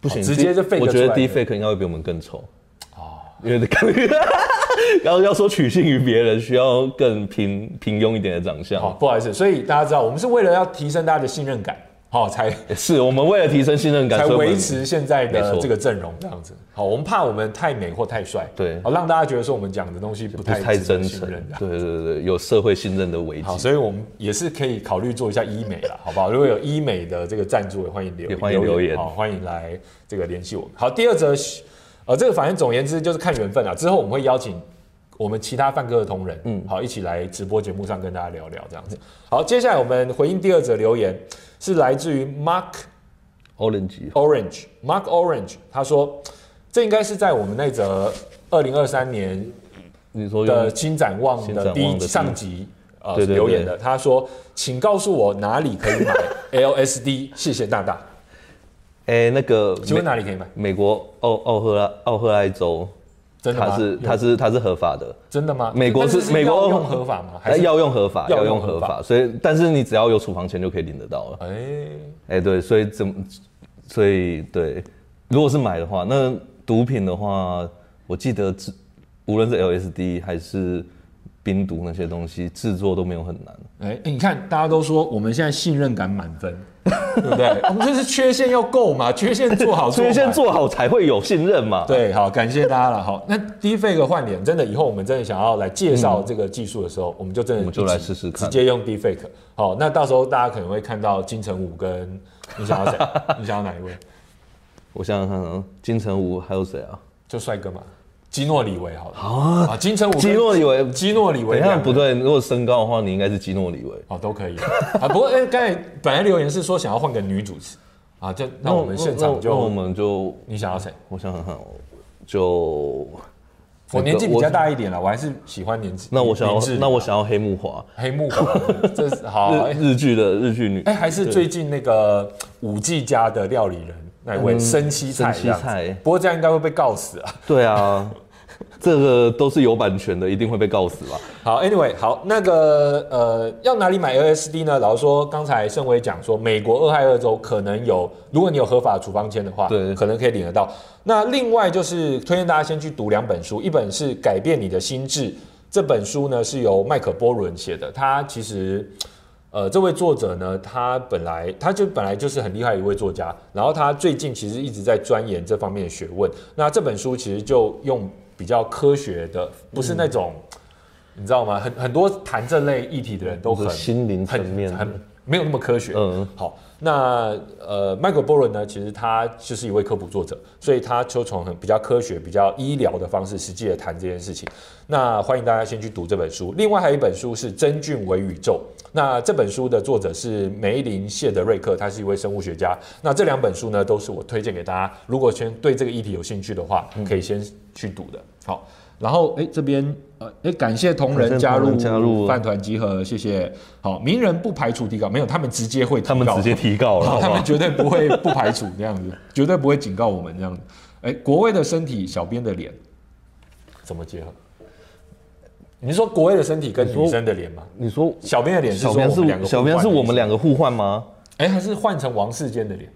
S2: 不行，
S1: 直接就 fake
S2: 我觉
S1: 出
S2: 得
S1: 来
S2: D
S1: 了
S2: fake 应该会比我们更丑哦，因为感 觉，然后要说取信于别人，需要更平平庸一点的长
S1: 好，
S2: 相。
S1: 哦不好意思，所以大家知道，我们是为了要提升大家的信任感，好、 才
S2: 是我们为了提升信任感，
S1: 才
S2: 所以我们
S1: 维持现在
S2: 没
S1: 的
S2: 错
S1: 这个阵容这样子。好，我们怕我们太美或太帅，
S2: 对
S1: 好让大家觉得说我们讲的东西不
S2: 不
S1: 太
S2: 是太
S1: 值得
S2: 真
S1: 信
S2: 诚
S1: 任这。样
S2: 对对对对，有社会信任的危
S1: 好，
S2: 机。
S1: 所以我们也是可以考虑做一下医美啦，好 不好？如果有医美的这个赞助，也欢迎留
S2: 也欢迎留言
S1: 好，欢迎来这个联系我们。好，第二则是，呃，这个反正总而言之就是看缘分啊。之后我们会邀请我们其他范哥的同仁，嗯，好，一起来直播节目上跟大家聊聊这样子。好，接下来我们回应第二则留言，是来自于 Mark
S2: Orange
S1: Orange Mark Orange，他说这应该是在我们那则二零二三年
S2: 你说
S1: 的
S2: 用
S1: 新展望
S2: 新展
S1: 的
S2: 望
S1: 第一
S2: 的第一
S1: 上集呃
S2: 对对对
S1: 留言的，他说：“请告诉我哪里可以 买 LSD，谢谢大大。
S2: 哎那个
S1: 请问哪里可以买？
S2: 美国奥奥赫拉奥赫拉州，
S1: 真的吗？
S2: 它是
S1: 有
S2: 它是它是合法的，
S1: 真的吗？
S2: 美国
S1: 但
S2: 是
S1: 是
S2: 美国哎
S1: 药用合法吗？还
S2: 那
S1: 是
S2: 要用合法，
S1: 要
S2: 要
S1: 用
S2: 用
S1: 合
S2: 合
S1: 法
S2: 法，所以但是你只要有处方签就可以领得到了。
S1: 哎、
S2: 哎、对，所以怎么，所以对，如果是买的话，那毒品的话，我记得制，无论是 LSD 还是冰毒那些东西，制作都没有很难。
S1: 哎、哎你看，大家都说我们现在信任感满分，对 不对？我们就是缺陷要够嘛，缺陷做好，
S2: 所以先
S1: 满
S2: 做好才会有信任嘛。
S1: 对，好，感谢大家了。好，那 Deepfake 换脸，真的以后我们真的想要来介绍这个技术的时候，我们就真的
S2: 我们就
S1: 一起
S2: 来试试看
S1: 直接用 Deepfake。好，那到时候大家可能会看到金城武跟你想要 谁？你想要哪一位？
S2: 我想想看啊，金城武还有谁啊？
S1: 就帅哥嘛，基诺里维好了。好啊，金城武跟
S2: 基诺里维
S1: 基诺里维
S2: 等一
S1: 两
S2: 下
S1: 个
S2: 不对，如果身高的话，你应该是基诺里维。
S1: 哦，都可以啊。不过哎，刚、才本来留言是说想要换个女主持啊，就那我们现场
S2: 那那我
S1: 就
S2: 们就
S1: 你想要谁？
S2: 我想想看哦，就
S1: 我年纪比较
S2: 那个我
S1: 大一点了，我还是喜欢年纪。
S2: 那我想要
S1: 林志玲啊
S2: 那我想要黑木华，
S1: 黑木华，这是 好哎
S2: 日日剧的日剧女
S1: 哎、，还是最近那个五 G 家的料理人那位生七菜
S2: 嗯生
S1: 这样
S2: 七
S1: 子，
S2: 菜
S1: 不过这样应该会被告死啊。
S2: 对啊，这个都是有版权的，一定会被告死吧？
S1: 好，anyway，好，那个呃，要哪里买 LSD 呢？老实说，刚才盛威讲说，美国俄亥俄州可能有，如果你有合法处方签的话，
S2: 对
S1: 可能可以领得到。那另外就是推荐大家先去读两本书，一本是《改变你的心智》，这本书呢是由麦克波伦写的，他其实。呃，这位作者呢，他本来他就本来就是很厉害的一位作家，然后他最近其实一直在钻研这方面的学问。那这本书其实就用比较科学的，不是那种、你知道吗？很很多谈这类议题的人都很
S2: 心灵层面
S1: 很很没有那么科学。
S2: 嗯
S1: 好，那呃，麦克波伦呢，其实他就是一位科普作者，所以他就从很比较科学、比较医疗的方式，实际的谈这件事情。那欢迎大家先去读这本书。另外还有一本书是《真菌为宇宙》，那这本书的作者是梅林谢德瑞克，他是一位生物学家。那这两本书呢，都是我推荐给大家，如果先对这个议题有兴趣的话，
S2: 嗯
S1: 可以先去读的。好。然后，哎，这边，呃，哎，感谢同仁
S2: 感谢
S1: 加
S2: 同
S1: 入
S2: 仁加入
S1: 饭团集合，谢谢。好，名人不排除提高，没有，他们直接会提
S2: 他们
S1: 告
S2: 直接提告了，好不
S1: 他
S2: 好
S1: 们？绝对不会不排除这样子，绝对不会警告我们这样子。哎，国威的身体，小编的脸，怎么结合？你是说国威的身体跟女生的脸吗？
S2: 你说
S1: 小编的脸是说
S2: 小
S1: 我们
S2: 编
S1: 两个
S2: 是小编是我们两
S1: 个，
S2: 个互换吗？
S1: 哎，还是换成王世坚的脸？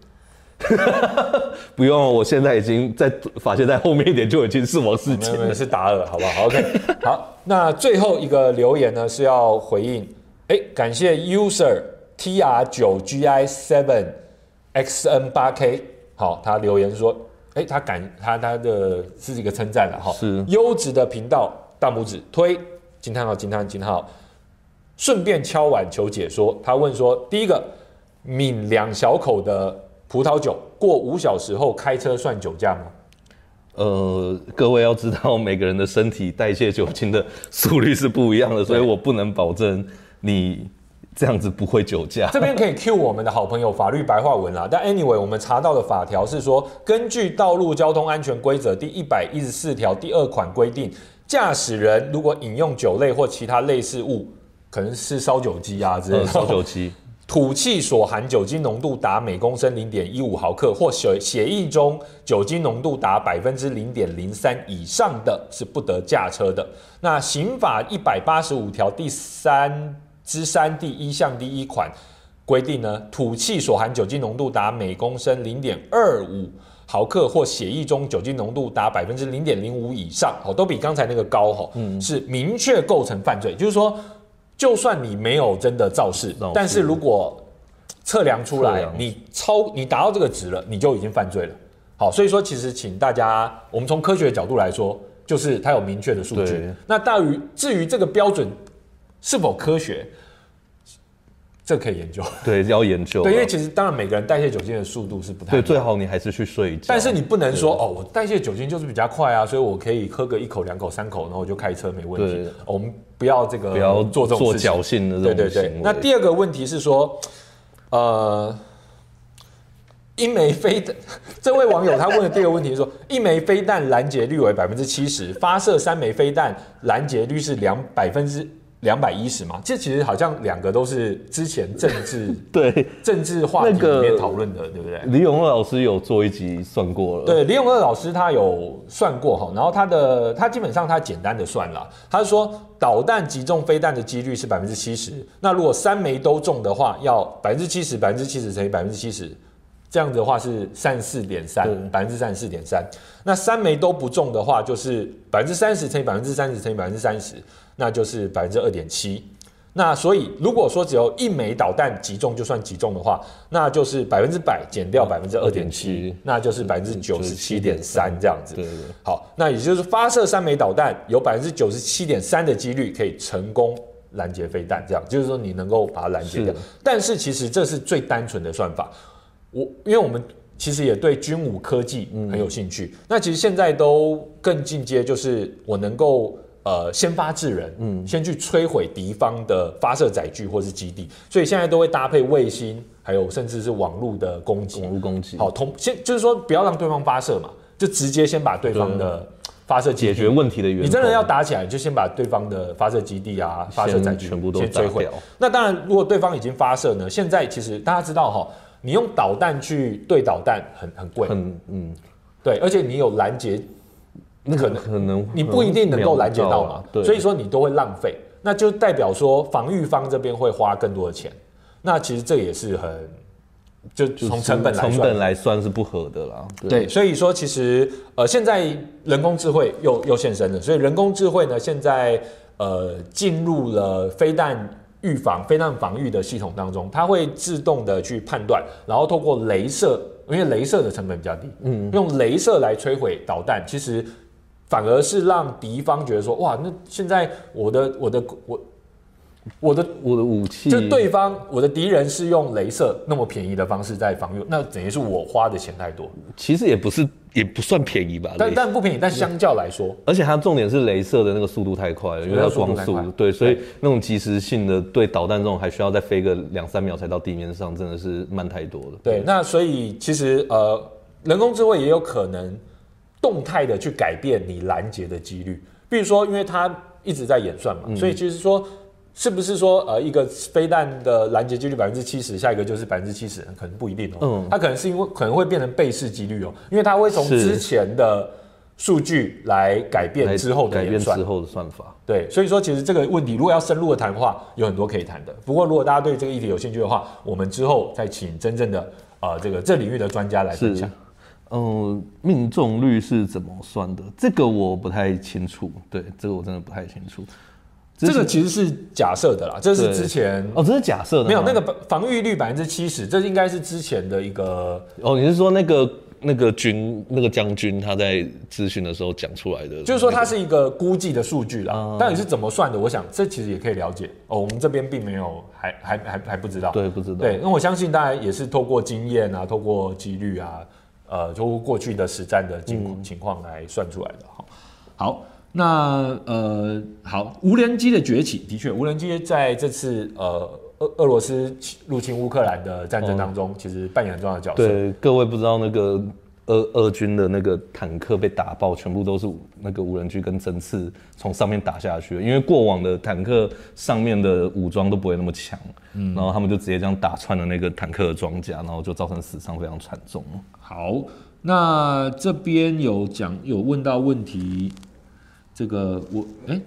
S2: 不用，啊我现在已经在法线在后面一点就已经是王世
S1: 没
S2: 杰
S1: 有没有是达尔，好不好？OK，好，那最后一个留言呢是要回应，哎、感谢 user tr 九 gi seven xn 八 k，好，他留言说，哎、他感他他的是一个称赞了哈，
S2: 是
S1: 优质的频道，大拇指推，惊叹号惊叹惊叹号，顺便敲碗求解说，他问说，第一个抿两小口的葡萄酒，过五小时后开车算酒驾吗？
S2: 呃，各位要知道，每个人的身体代谢酒精的速率是不一样的，所以我不能保证你这样子不会酒驾。
S1: 这边可以 cue 我们的好朋友法律白话文啦。但 anyway，我们查到的法条是说，根据《道路交通安全规则》第一百一十四条第二款规定，驾驶人如果饮用酒类或其他类似物，可能是烧酒机啊之类
S2: 呃，
S1: 的，
S2: 烧酒机，
S1: 吐气所含酒精浓度达每公升零点一五毫克，或血血液中酒精浓度达百分之零点零三以上的是不得驾车的。那刑法一百八十五条第三之三第一项第一款规定呢，吐气所含酒精浓度达每公升零点二五。毫克或血液中酒精浓度达百分之零点零五以上，哦，都比刚才那个高，哦，是明确构成犯罪。就是说，就算你没有真的肇事
S2: 肇事，
S1: 但是如果测量出
S2: 测
S1: 来
S2: 量，
S1: 你超你达到这个值了，你就已经犯罪了。好，所以说其实请大家，我们从科学的角度来说，就是它有明确的数据
S2: 对。
S1: 那大于至于这个标准是否科学，这可以研 究。
S2: 对，要研究啊。
S1: 对，因为其实当然每个人代谢酒精的速度是不太一
S2: 对
S1: 样
S2: 最好你还是去睡觉。
S1: 但是你不能说哦，我代谢酒精就是比较快啊，所以我可以喝个一口、两口、三口，然后我就开车没问
S2: 对
S1: 题。哦我们不要这个
S2: 不要
S1: 做这种
S2: 做
S1: 事情
S2: 侥幸的
S1: 对
S2: 这种
S1: 对
S2: 行
S1: 对
S2: 为。。
S1: 那第二个问题是说，呃，一枚飞弹， 这位网友他问的第二个问题是说， 一枚飞弹拦截率为百分之七十，发射三枚飞弹拦截率是两百分之两百一十嘛？这其实好像两个都是之前政治
S2: 对
S1: 政治话题
S2: 那
S1: 里
S2: 个
S1: 面讨论的，对不对？
S2: 李永乐老师有做一集算过了。
S1: 对，李永乐老师他有算过哈，然后他的他基本上他简单的算了，他说导弹击中飞弹的几率是百分之七十，那如果三枚都中的话，要百分之七十，百分之七十乘以百分之七十，这样子的话是三十四点三，百分之三十四点三。那三枚都不中的话，就是百分之三十乘以百分之三十乘以百分之三十，那就是百分之二点七。那所以，如果说只有一枚导弹击中就算击中的话，那就是百分之百减掉百分之二点七
S2: 2.7，
S1: 那就是百分之九十七点三这样子。
S2: 对对对
S1: 好，那也就是发射三枚导弹，有百分之九十七点三的几率可以成功拦截飞弹，这样就是说你能够把它拦截掉
S2: 是。
S1: 但是其实这是最单纯的算法。我因为我们其实也对军武科技很有兴趣，那其实现在都更进阶，就是我能够。呃，先发制人，嗯，先去摧毁敌方的发射载具或是基地，所以现在都会搭配卫星，还有甚至是网络的攻击，
S2: 网络攻击，
S1: 好，同先就是说不要让对方发射嘛，就直接先把对方的发射
S2: 解
S1: 解
S2: 决
S1: 决。
S2: 问题的源头。
S1: 你真的要打起来，你就先把对方的发射基地啊、发射载具
S2: 全部都
S1: 先摧毁
S2: 炸掉。
S1: 那当然，如果对方已经发射呢，现在其实大家知道哈，你用导弹去对导弹很很贵，
S2: 很嗯，
S1: 对，而且你有拦截，
S2: 那
S1: 可
S2: 个
S1: 能
S2: 可能
S1: 你不一定能够拦截到
S2: 秒
S1: 嘛
S2: 啊，对，
S1: 所以说你都会浪费，那就代表说防御方这边会花更多的钱。那其实这也是很，就
S2: 就是
S1: 从成本来
S2: 成
S1: 算
S2: 本来算是不合的啦。对
S1: 对，所以说其实呃，现在人工智慧又又现身了，所以人工智慧呢，现在呃进入了飞弹预防、飞弹防御的系统当中，它会自动的去判断，然后透过镭射，因为镭射的成本比较低，嗯，用镭射来摧毁导弹，其实反而是让敌方觉得说，哇，那现在我的我的我我的
S2: 我的武器
S1: 就对方我的敌人是用镭射那么便宜的方式在防御，那等于是我花的钱太多。
S2: 其实也不是也不算便宜吧，
S1: 但
S2: 类似嗯
S1: 但不便宜，但相较来说，
S2: 而且它重点是镭射的那个速度太快了，因为它光
S1: 速度太快
S2: 速，对，所以那种及时性的对导弹这种还需要再飞个两三秒才到地面上，真的是慢太多了。
S1: 对，那所以其实呃，人工智慧也有可能动态的去改变你拦截的几率，比如说，因为它一直在演算嘛，
S2: 嗯
S1: 所以其实说。是不是说呃一个飞弹的拦截几率百分之七十，下一个就是百分之七十？可能不一定哦，
S2: 嗯
S1: 它可能是因为可能会变成被试几率哦，因为它会从
S2: 是
S1: 之前的数据来改变之后的
S2: 改
S1: 演
S2: 变
S1: 算。
S2: 之后的算法，
S1: 对，所以说其实这个问题如果要深入的谈的话，有很多可以谈的。不过如果大家对这个议题有兴趣的话，我们之后再请真正的呃这个这领域的专家来分
S2: 是
S1: 享。，
S2: 嗯，命中率是怎么算的？这个我不太清楚，对，这个我真的不太清楚。
S1: 这个其实是假设的啦，这是
S2: 对
S1: 之前
S2: 哦，这是假设的吗，
S1: 没有那个防防御率百分之七十，这应该是之前的一个
S2: 哦，你是说那个那个军那个将军他在咨询的时候讲出来的，
S1: 就是说它是一个估计的数据啦，
S2: 嗯
S1: 到底是怎么算的？我想这其实也可以了解哦。我们这边并没有，还还还还不知道。
S2: 对不知道
S1: 对，那我相信大家也是透过经验啊，透过几率啊，呃，透过过去的实战的情况、情况来算出来的哈。
S3: 好，那呃，
S1: 好，无人机的崛起，的确，无人机在这次呃俄俄罗斯入侵乌克兰的战争当中，其实扮演很重要的角色。
S2: 对，各位不知道那个俄俄军的那个坦克被打爆，全部都是那个无人机跟针刺从上面打下去的，因为过往的坦克上面的武装都不会那么强，然后他们就直接这样打穿了那个坦克的装甲，然后就造成死伤非常惨重。
S3: 好，那这边有讲有问到问题，这个我哎、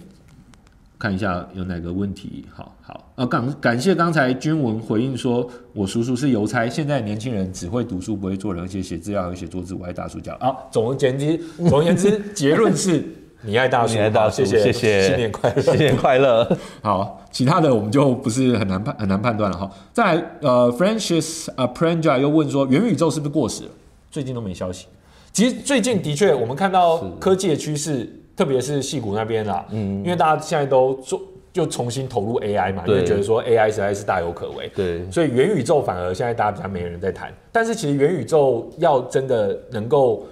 S3: 看一下有哪个问题。好好，呃，感感谢刚才君文回应说，我叔叔是邮差，现在年轻人只会读书不会做人，而且写字要有写作字，我爱大叔教。
S1: 好，总而言之，总而言之，结论是你爱大叔，
S2: 你爱大
S1: 好
S2: 叔，
S1: 谢谢，
S2: 谢谢，
S1: 新年快乐，
S2: 新年快 乐。
S3: 好，其他的我们就不是很难判很难判断了哈。再来，呃，Francis a p r a n j a 又问说，元宇宙是不是过时了？
S1: 最近都没消息。其实最近的确，我们看到科技的趋势，特别是戏谷那边啦，嗯，因为大家现在都做就重新投入 AI 嘛，因
S2: 对
S1: 为觉得说 AI 实在是大有可为，
S2: 对
S1: 所以元宇宙反而现在大家比较没人在谈。但是其实元宇宙要真的能够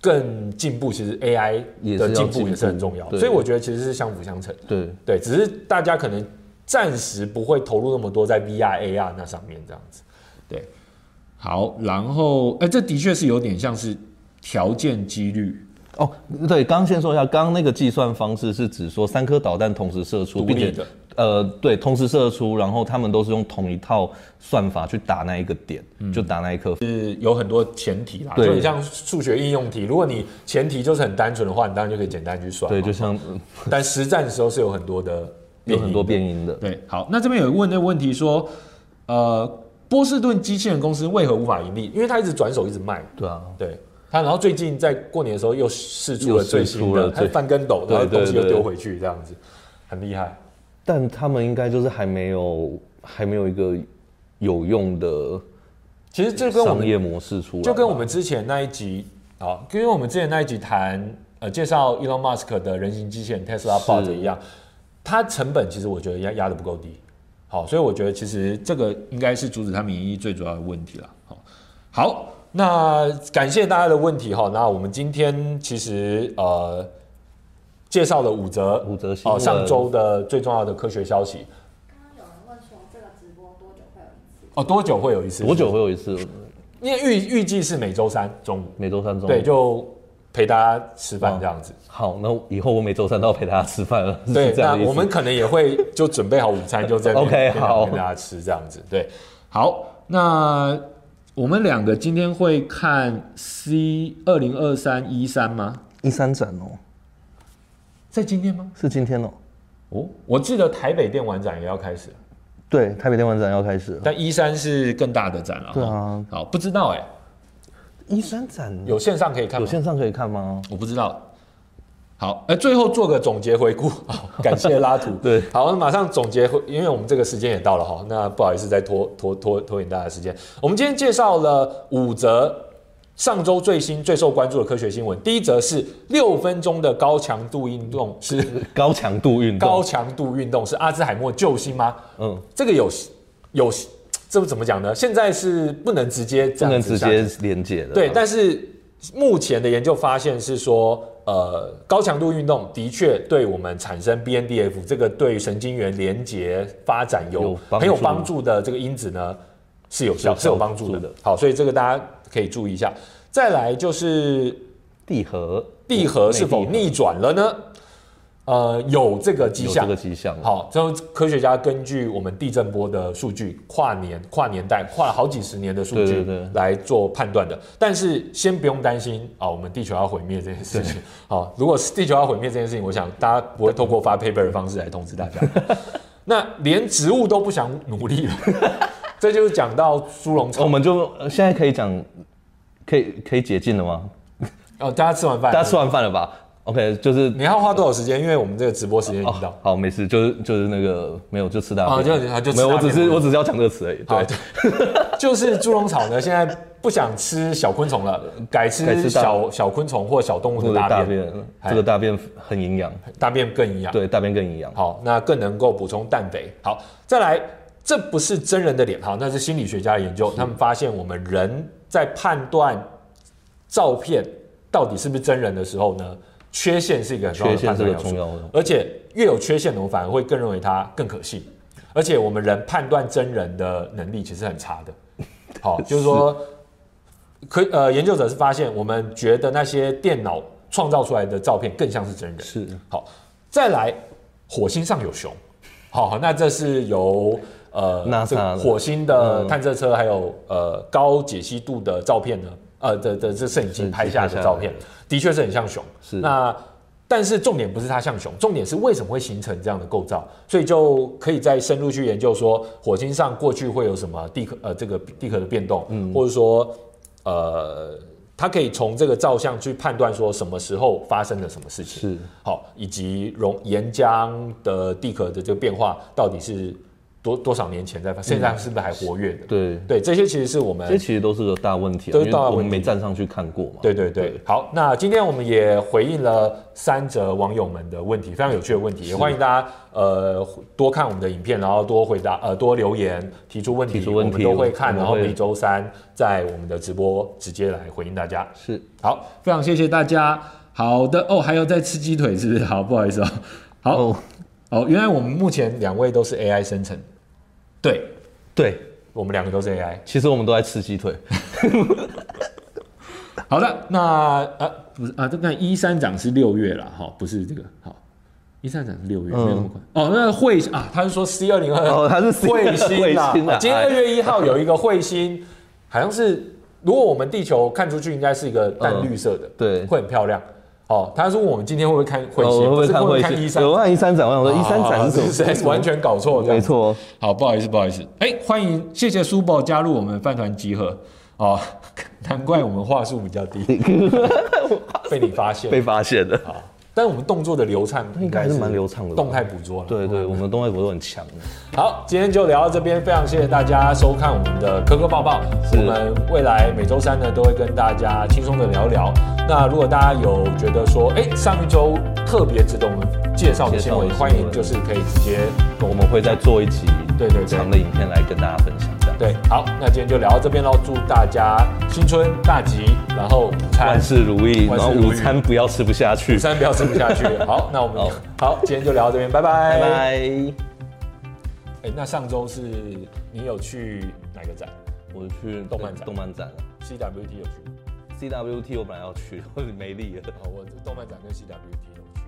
S1: 更进步，其实 AI
S2: 也是
S1: 的
S2: 要
S1: 进
S2: 进
S1: 步
S2: 步
S1: 也是很重要，
S2: 对
S1: 所以我觉得其实是相辅相成。
S2: 对，
S1: 对，只是大家可能暂时不会投入那么多在 VR、AR 那上面这样子。
S3: 好，然后，哎、这的确是有点像是条件几率，
S2: 哦，对，刚刚先说一下，刚刚那个计算方式是指说三颗导弹同时射出，
S1: 独立
S2: 并
S1: 的
S2: 且呃，对，同时射出，然后他们都是用同一套算法去打那一个点，
S1: 嗯
S2: 就打那一颗。
S1: 是有很多前提啦，
S2: 对
S1: 就很像数学应用题，如果你前提就是很单纯的话，你当然就可以简单去算嘛。
S2: 对，就像呃
S1: 但实战的时候是有很多的
S2: 有
S1: 变
S2: 很
S1: 异
S2: 多变音的。
S3: 对，
S1: 好，
S3: 那这边有问的问题说，
S1: 呃，波士顿机器人公司为何无法盈利？因为它一直转手，一直卖。
S2: 对啊，
S1: 对它，然后最近在过年的时候又试出了
S2: 又
S1: 最
S2: 试
S1: 新
S2: 出
S1: 的，
S2: 了
S1: 还
S2: 最
S1: 翻跟斗，
S2: 对
S1: 然后东西又
S2: 对对
S1: 丢回去，这样子很厉害。
S2: 但他们应该就是还没有还没有一个有用的
S1: 其实这跟我
S2: 商
S1: 们
S2: 业模式出来吧，
S1: 就跟我们之前那一集啊，跟我们之前那一集谈呃介绍 Elon Musk 的人形机器人 Tesla
S2: 是
S1: Bot 一样，它成本其实我觉得压压的不够低。好，所以我觉得其实这个应该是阻止他们盈利最主要的问题了。好，好，那感谢大家的问题哈。那我们今天其实呃介绍了五则
S2: 五则新
S1: 哦、
S2: 闻
S1: 上周的最重要的科学消息
S4: 刚刚有人问说这个直播多久会有一
S1: 哦，
S4: 次？
S1: 多久会有一次？
S2: 多久？会有一次？
S1: 因为预预计是每周三中午。
S2: 每周三中午
S3: 哦
S1: 对，就陪大家吃饭这样子。
S2: 好，那以后我每周三都要陪大家吃饭了，是
S1: 对，
S2: 这
S1: 那
S2: 样的意思。
S1: 我们可能也会就准备好午餐，就在那
S2: OK，
S1: 边
S2: 好
S1: 跟大家吃这样子。对，
S3: 哦好，那我们两个今天会看 C 二零二三一三吗？
S2: 一三展哦，
S1: 在今天吗？
S2: 是今天哦，
S1: 哦，我记得台北电玩展也要开始了，
S2: 对，台北电玩展要开始了。
S1: 但一三是更大的展了。
S2: 对啊，
S1: 好，不知道
S3: 欸
S1: 哎、
S2: 一三展有
S1: 有线上可以看
S2: 有
S1: 吗？
S2: 线上可以看吗？
S1: 我不知道。好，哎、最后做个总结回顾， 好，感谢拉图。
S2: 对，
S1: 好，那马上总结回，因为我们这个时间也到了哈，那不好意思再拖拖拖拖延大家的时间。我们今天介绍了五则上周最新最受关注的科学新闻，第一则是六分钟的高强度运动是
S2: 高强度运动，
S1: 高强度运动是阿兹海默救星吗？
S2: 嗯，
S1: 这个有有这怎么讲呢？现在是不能直接这
S2: 不能
S1: 样子
S2: 直
S1: 下去
S2: 接连接的。
S1: 对，但是目前的研究发现是说，呃，高强度运动的确对我们产生 BNDF 这个对神经元连接发展有
S2: 有帮
S1: 很有
S2: 助
S1: 帮助的这个因子呢，是有效
S2: 是有
S1: 是有帮
S2: 帮
S1: 助
S2: 助
S1: 的
S2: 的。
S1: 好，所以这个大家可以注意一下。再来就是
S2: 地核，
S1: 地核是否
S2: 内
S1: 逆转了呢？呃，有这个迹
S2: 有
S1: 象
S2: 这个，迹象？
S1: 好，之后科学家根据我们地震波的数据，跨年、跨年代、跨了好几十年的数据
S2: 对对对
S1: 来做判断的。但是先不用担心啊、我们地球要毁灭这件事情。好，如果是地球要毁灭这件事情，我想大家不会透过发 paper 的方式来通知大 家。那连植物都不想努力了， 这就是讲到猪笼
S2: 我
S1: 草。
S2: 们就呃现在可以讲，可以可以解禁了吗？
S1: 哦，大家吃完饭，
S2: 大家吃完饭了吧？OK，就是
S1: 你还要花多少时间？因为我们这个直播时间已经到。
S2: 哦，好，没事，就是就是那个没有，就吃大便。
S1: 哦就就吃
S2: 没有，
S1: 大
S2: 我只
S1: 便
S2: 是我只是要讲这个词而已。
S1: 好
S2: 对，，
S1: 就是猪笼草呢，现在不想吃小昆虫了，改
S2: 改
S1: 吃
S2: 吃大
S1: 小小昆虫或小动物
S2: 我
S1: 的
S2: 的
S1: 大
S2: 大
S1: 便，
S2: 便，
S1: 哎
S2: 这个大便很营养，
S1: 大便更营养。
S2: 对，大便更营养。
S1: 好，那更能够补充蛋白。好，再来，这不是真人的脸，好，那是心理学家的研究，他们发现我们人在判断照片到底是不是真人的时候呢，缺陷是一个很重要
S2: 缺
S1: 的判
S2: 陷是
S1: 断
S2: 个
S1: 要素
S2: 重。要的，
S1: 而且越有缺陷的，我反而会更认为它更可信。而且我们人判断真人的能力其实很差的，好、就是说，可呃，研究者是发现我们觉得那些电脑创造出来的照片更像是真人。
S2: 是
S1: 好，再来，火星上有熊。好，那这是由呃
S2: NASA
S1: 这个
S2: 的
S1: 火星的
S2: 嗯
S1: 探测车还有呃高解析度的照片呢，呃的的这摄影机
S2: 摄影机
S1: 拍下
S2: 拍下
S1: 的
S2: 来
S1: 照片，的确是很像熊。
S2: 是
S1: 那。但是重点不是它像熊，重点是为什么会形成这样的构造，所以就可以再深入去研究说，火星上过去会有什么地壳呃这个地壳的变动，
S2: 嗯
S1: 或者说呃，它可以从这个照相去判断说什么时候发生了什么事情。
S2: 是
S1: 好，以及熔岩浆的地壳的这个变化到底是多多少年前在发，现在是不是还活跃的？
S2: 嗯对，
S1: 对，这些其实是我们
S2: 这其实都是个大问题啊，
S1: 呃都是
S2: 因为
S1: 大问
S2: 我们
S1: 题
S2: 没站上去看过嘛。
S1: 对对对
S2: 对，
S1: 好，那今天我们也回应了三则网友们的问题，非常有趣的问题，也欢迎大家呃多看我们的影片，然后多回答呃多留言提出问题，
S2: 提出问题
S1: 我们都会看，
S2: 我们
S1: 然后
S2: 会
S1: 每周三在我们的直播直接来回应大家。
S2: 是
S1: 好，
S3: 非常谢谢大家。好的哦，还有在吃鸡腿是不是？好，不好意思哦。好哦
S2: 哦，
S1: 原来我们目前两位都是 AI 生成，对
S2: 对，
S1: 我们两个都是 AI。
S2: 其实我们都在吃鸡腿，
S3: 好的，
S1: 那呃，
S3: 不是啊，这个一三涨是六月了哈、不是这个好，一三涨是六月，
S2: 嗯
S3: 没有那么快。哦，那会啊，
S1: 他是说 C 二零
S2: 哦，
S1: 二
S2: 它是
S1: 彗星啦，
S2: 彗
S1: 啊今天
S2: 哎
S1: 二月一号有一个彗星，好像是如果我们地球看出去，应该是一个淡绿色的，
S2: 嗯对
S1: 会很漂亮。哦，他是问我们今天会不会看彗
S2: 哦
S1: 星，
S2: 会不
S1: 不
S2: 会
S1: 是
S2: 看
S1: 会不会
S2: 彗
S1: 看一三
S2: 星？？我看一三展，我想说一三展
S1: 哦
S2: 是什
S1: 是
S2: 么？
S1: 是完全搞错，这样
S2: 没错，哦
S3: 好，不好意思，不好意思。哎、欢迎，谢谢苏宝加入我们饭团集合 哦， 难怪我们话术比较低，
S1: 被你发现。
S2: 被发现了。
S1: 好，但我们动作的流畅
S2: 应该还是蛮流畅的吧
S1: 动态捕捉了。
S2: 对对，我们东外国都很强的。
S1: 好，今天就聊到这边，非常谢谢大家收看我们的科科报报。
S2: 是
S1: 我们未来每周三呢都会跟大家轻松的聊聊。那如果大家有觉得说，哎、上一周特别值得我们介绍的新闻
S2: 介，绍的新闻
S1: 欢迎就是可以直接跟我
S2: 我
S1: 们
S2: 们会再做一集
S1: 对对对
S2: 长的影片来跟大家分享，这样。
S1: 对。好，那今天就聊到这边喽，祝大家新春大吉，然后午餐
S2: 万事如意，
S1: 哎万
S2: 然
S1: 事
S2: 后
S1: 如意
S2: 午餐不要吃不下去
S1: 午。餐不要吃不 下去。好，那我们
S2: 好
S1: 好，今天就聊到这边，拜拜
S2: 拜。拜。
S1: 哎、那上周是你有去哪个展
S2: 我去
S1: 动漫展
S2: 动漫展了
S1: ？CWT 有去？
S2: ，CWT 我本来要去，没力了。
S1: 哦，我动漫展跟 CWT 都去。